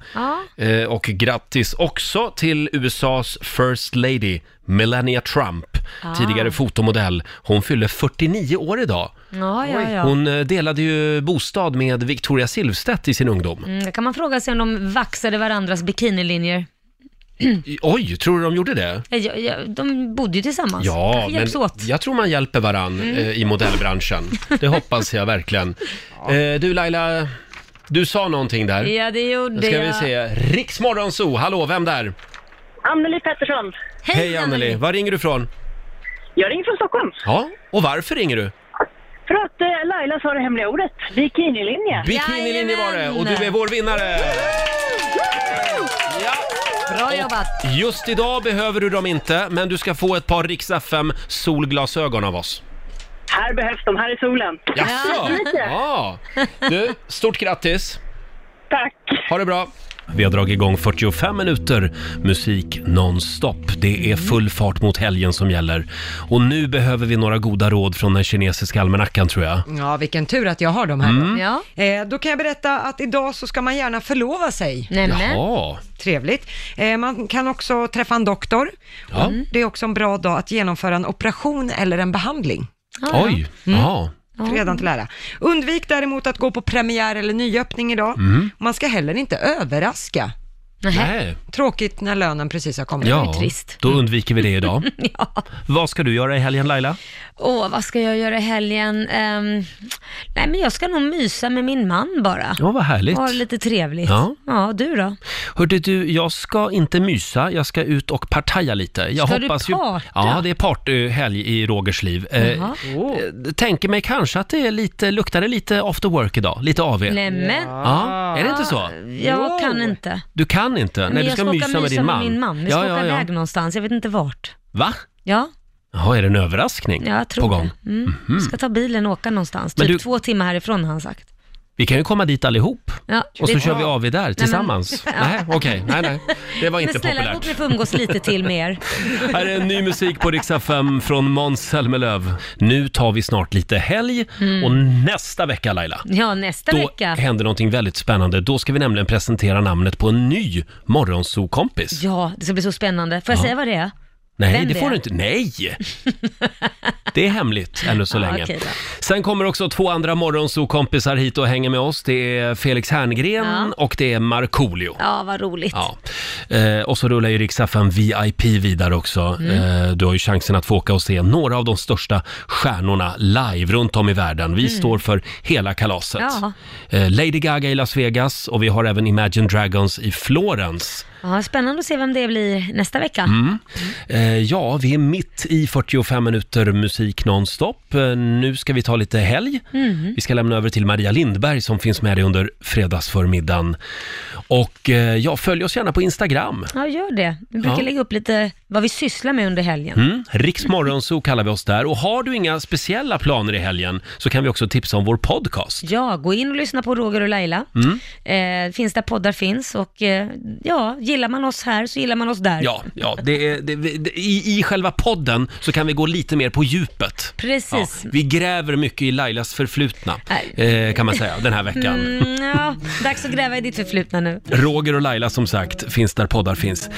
Speaker 2: Ja.
Speaker 1: Eh, och grattis också till USAs First Lady, Melania Trump,
Speaker 2: Ah.
Speaker 1: tidigare fotomodell. Hon fyller 49 år idag.
Speaker 2: Ja, ja, ja.
Speaker 1: Hon eh, delade ju bostad med Victoria Silvstedt i sin ungdom.
Speaker 2: Mm, då kan man fråga sig om de vaxade varandras bikinilinjer.
Speaker 1: Oj, tror du de gjorde det?
Speaker 2: Nej, Jag, jag, de bodde ju tillsammans.
Speaker 1: Ja,
Speaker 2: Kanske
Speaker 1: men
Speaker 2: hjälps åt.
Speaker 1: jag tror man hjälper varann
Speaker 2: Mm.
Speaker 1: eh, i modellbranschen. Det hoppas jag verkligen. Eh, du Laila, du sa någonting där.
Speaker 2: Ja, det gjorde
Speaker 1: Nu ska vi
Speaker 2: jag.
Speaker 1: se. Riksmorgonzoo, hallå, vem där?
Speaker 14: Anneli Pettersson.
Speaker 1: Hej, Anneli. Var ringer du från?
Speaker 14: Jag ringer från Stockholm
Speaker 1: Ja, och varför ringer du?
Speaker 14: för att eh, Laila sa det hemliga ordet. Bikinilinje.
Speaker 1: Bikinilinje var det och du är vår vinnare!
Speaker 2: Bra jobbat.
Speaker 1: Just idag behöver du dem inte, men du ska få ett par Rix FM solglasögon av oss.
Speaker 14: Här behövs de, här i solen.
Speaker 1: Jaså? Ja! Du, stort grattis! Tack! Ha det bra! Vi har dragit igång 45 minuter musik nonstop. Det är full fart mot helgen som gäller. Och nu behöver vi några goda råd från den kinesiska almanackan tror jag.
Speaker 3: Ja, vilken tur att jag har dem här.
Speaker 1: Mm.
Speaker 3: Eh, då kan jag berätta att idag så ska man gärna förlova sig.
Speaker 1: Jaha.
Speaker 3: Trevligt. Eh, man kan också träffa en doktor.
Speaker 1: Ja.
Speaker 3: Mm. Det är också en bra dag att genomföra en operation eller en behandling.
Speaker 1: Oj,
Speaker 2: Mm.
Speaker 1: jaha.
Speaker 3: Redan till ära. Undvik däremot att gå på premiär eller nyöppning idag.
Speaker 1: Mm.
Speaker 3: Man ska heller inte överraska.
Speaker 1: Nej.
Speaker 3: Tråkigt när lönen precis har kommit.
Speaker 1: Ja, då undviker vi det idag. Vad ska du göra i helgen Laila?
Speaker 2: Åh, vad ska jag göra i helgen? Ehm, nej, men jag ska nog mysa med min man bara.
Speaker 1: Ja, vad härligt.
Speaker 2: Ha det lite trevligt.
Speaker 1: Ja.
Speaker 2: ja du då?
Speaker 1: Hörde du, jag ska inte mysa, jag ska ut och partaja lite. Jag
Speaker 2: Ska du
Speaker 1: hoppas ju...
Speaker 2: parta?
Speaker 1: Ja, det är partyhelg i Rogers liv. Eh,
Speaker 2: Jaha.
Speaker 1: eh, tänker mig kanske att det är lite, luktar det lite after work idag, lite AV.
Speaker 2: Nämen.
Speaker 1: Ja, är det inte så?
Speaker 2: Jag kan inte.
Speaker 1: Du kan inte?
Speaker 2: Ah, Men
Speaker 1: Nej, du
Speaker 2: jag
Speaker 1: ska, mysa, med din man.
Speaker 2: min man. Vi ska åka iväg någonstans, jag vet inte vart.
Speaker 1: Va?
Speaker 2: Ja,
Speaker 1: Jaha, är det en överraskning
Speaker 2: ja jag tror
Speaker 1: på gång?
Speaker 2: det. Mm.
Speaker 1: Mhm.
Speaker 2: Vi ska ta bilen och åka någonstans,
Speaker 1: Men
Speaker 2: typ
Speaker 1: du-
Speaker 2: två timmar härifrån har han sagt.
Speaker 1: Vi kan ju komma dit allihop.
Speaker 2: Ja,
Speaker 1: Och så
Speaker 2: det-
Speaker 1: kör vi AV där tillsammans.
Speaker 2: Ja.
Speaker 1: Nej, okej. Nej, nej. Det var inte
Speaker 2: Men snälla,
Speaker 1: populärt.
Speaker 2: låt mig få umgås lite till med er.
Speaker 1: Här är ny musik på Riksa 5 från Måns Zelmerlöw. Nu tar vi snart lite helg
Speaker 2: Mm.
Speaker 1: och nästa vecka Laila,
Speaker 2: Ja, nästa
Speaker 1: då
Speaker 2: vecka.
Speaker 1: händer någonting väldigt spännande. Då ska vi nämligen presentera namnet på en ny morgonsokompis.
Speaker 2: Ja, det ska bli så spännande. Får jag
Speaker 1: Ja.
Speaker 2: säga vad det är?
Speaker 1: Nej,
Speaker 2: Vem
Speaker 1: det
Speaker 2: det
Speaker 1: får
Speaker 2: är?
Speaker 1: du inte. Nej! Det är hemligt ännu så
Speaker 2: Ja,
Speaker 1: länge.
Speaker 2: okej då.
Speaker 1: Sen kommer också två andra morgonsokompisar hit och hänger med oss. Det är Felix Herngren
Speaker 2: Ja.
Speaker 1: och det är Markoolio.
Speaker 2: Ja, vad roligt.
Speaker 1: Ja. Eh, och så rullar ju Riksaffären VIP vidare också.
Speaker 2: Mm.
Speaker 1: Eh, du har ju chansen att få åka och se några av de största stjärnorna live runt om i världen. Vi
Speaker 2: Mm.
Speaker 1: står för hela kalaset.
Speaker 2: Ja.
Speaker 1: Eh, Lady Gaga i Las Vegas och vi har även Imagine Dragons i Florens.
Speaker 2: Ja, spännande att se vem det blir nästa vecka.
Speaker 1: Mm. Eh, ja, vi är mitt i 45 minuter musik nonstop. Eh, nu ska vi ta lite helg.
Speaker 2: Mm.
Speaker 1: Vi ska lämna över till Maria Lindberg som finns med dig under fredagsförmiddagen. Och eh, ja, följ oss gärna på Instagram.
Speaker 2: Ja, gör det. Vi brukar
Speaker 1: Ja.
Speaker 2: lägga upp lite vad vi sysslar med under helgen.
Speaker 1: Mm, Riksmorgonzoo kallar vi oss där. Och har du inga speciella planer i helgen så kan vi också tipsa om vår podcast.
Speaker 2: Ja, gå in och lyssna på Roger och Laila.
Speaker 1: Mm.
Speaker 2: Eh, finns där poddar finns och eh, ja, gillar man oss här så gillar man oss där.
Speaker 1: Ja, ja det är, det, det, i, i själva podden så kan vi gå lite mer på djupet.
Speaker 2: Precis.
Speaker 1: Ja, vi gräver mycket i Lailas förflutna,
Speaker 2: Nej.
Speaker 1: eh, kan man säga, den här veckan.
Speaker 2: Mm, ja, dags att gräva i ditt förflutna nu.
Speaker 1: Roger och Laila som sagt finns där poddar finns.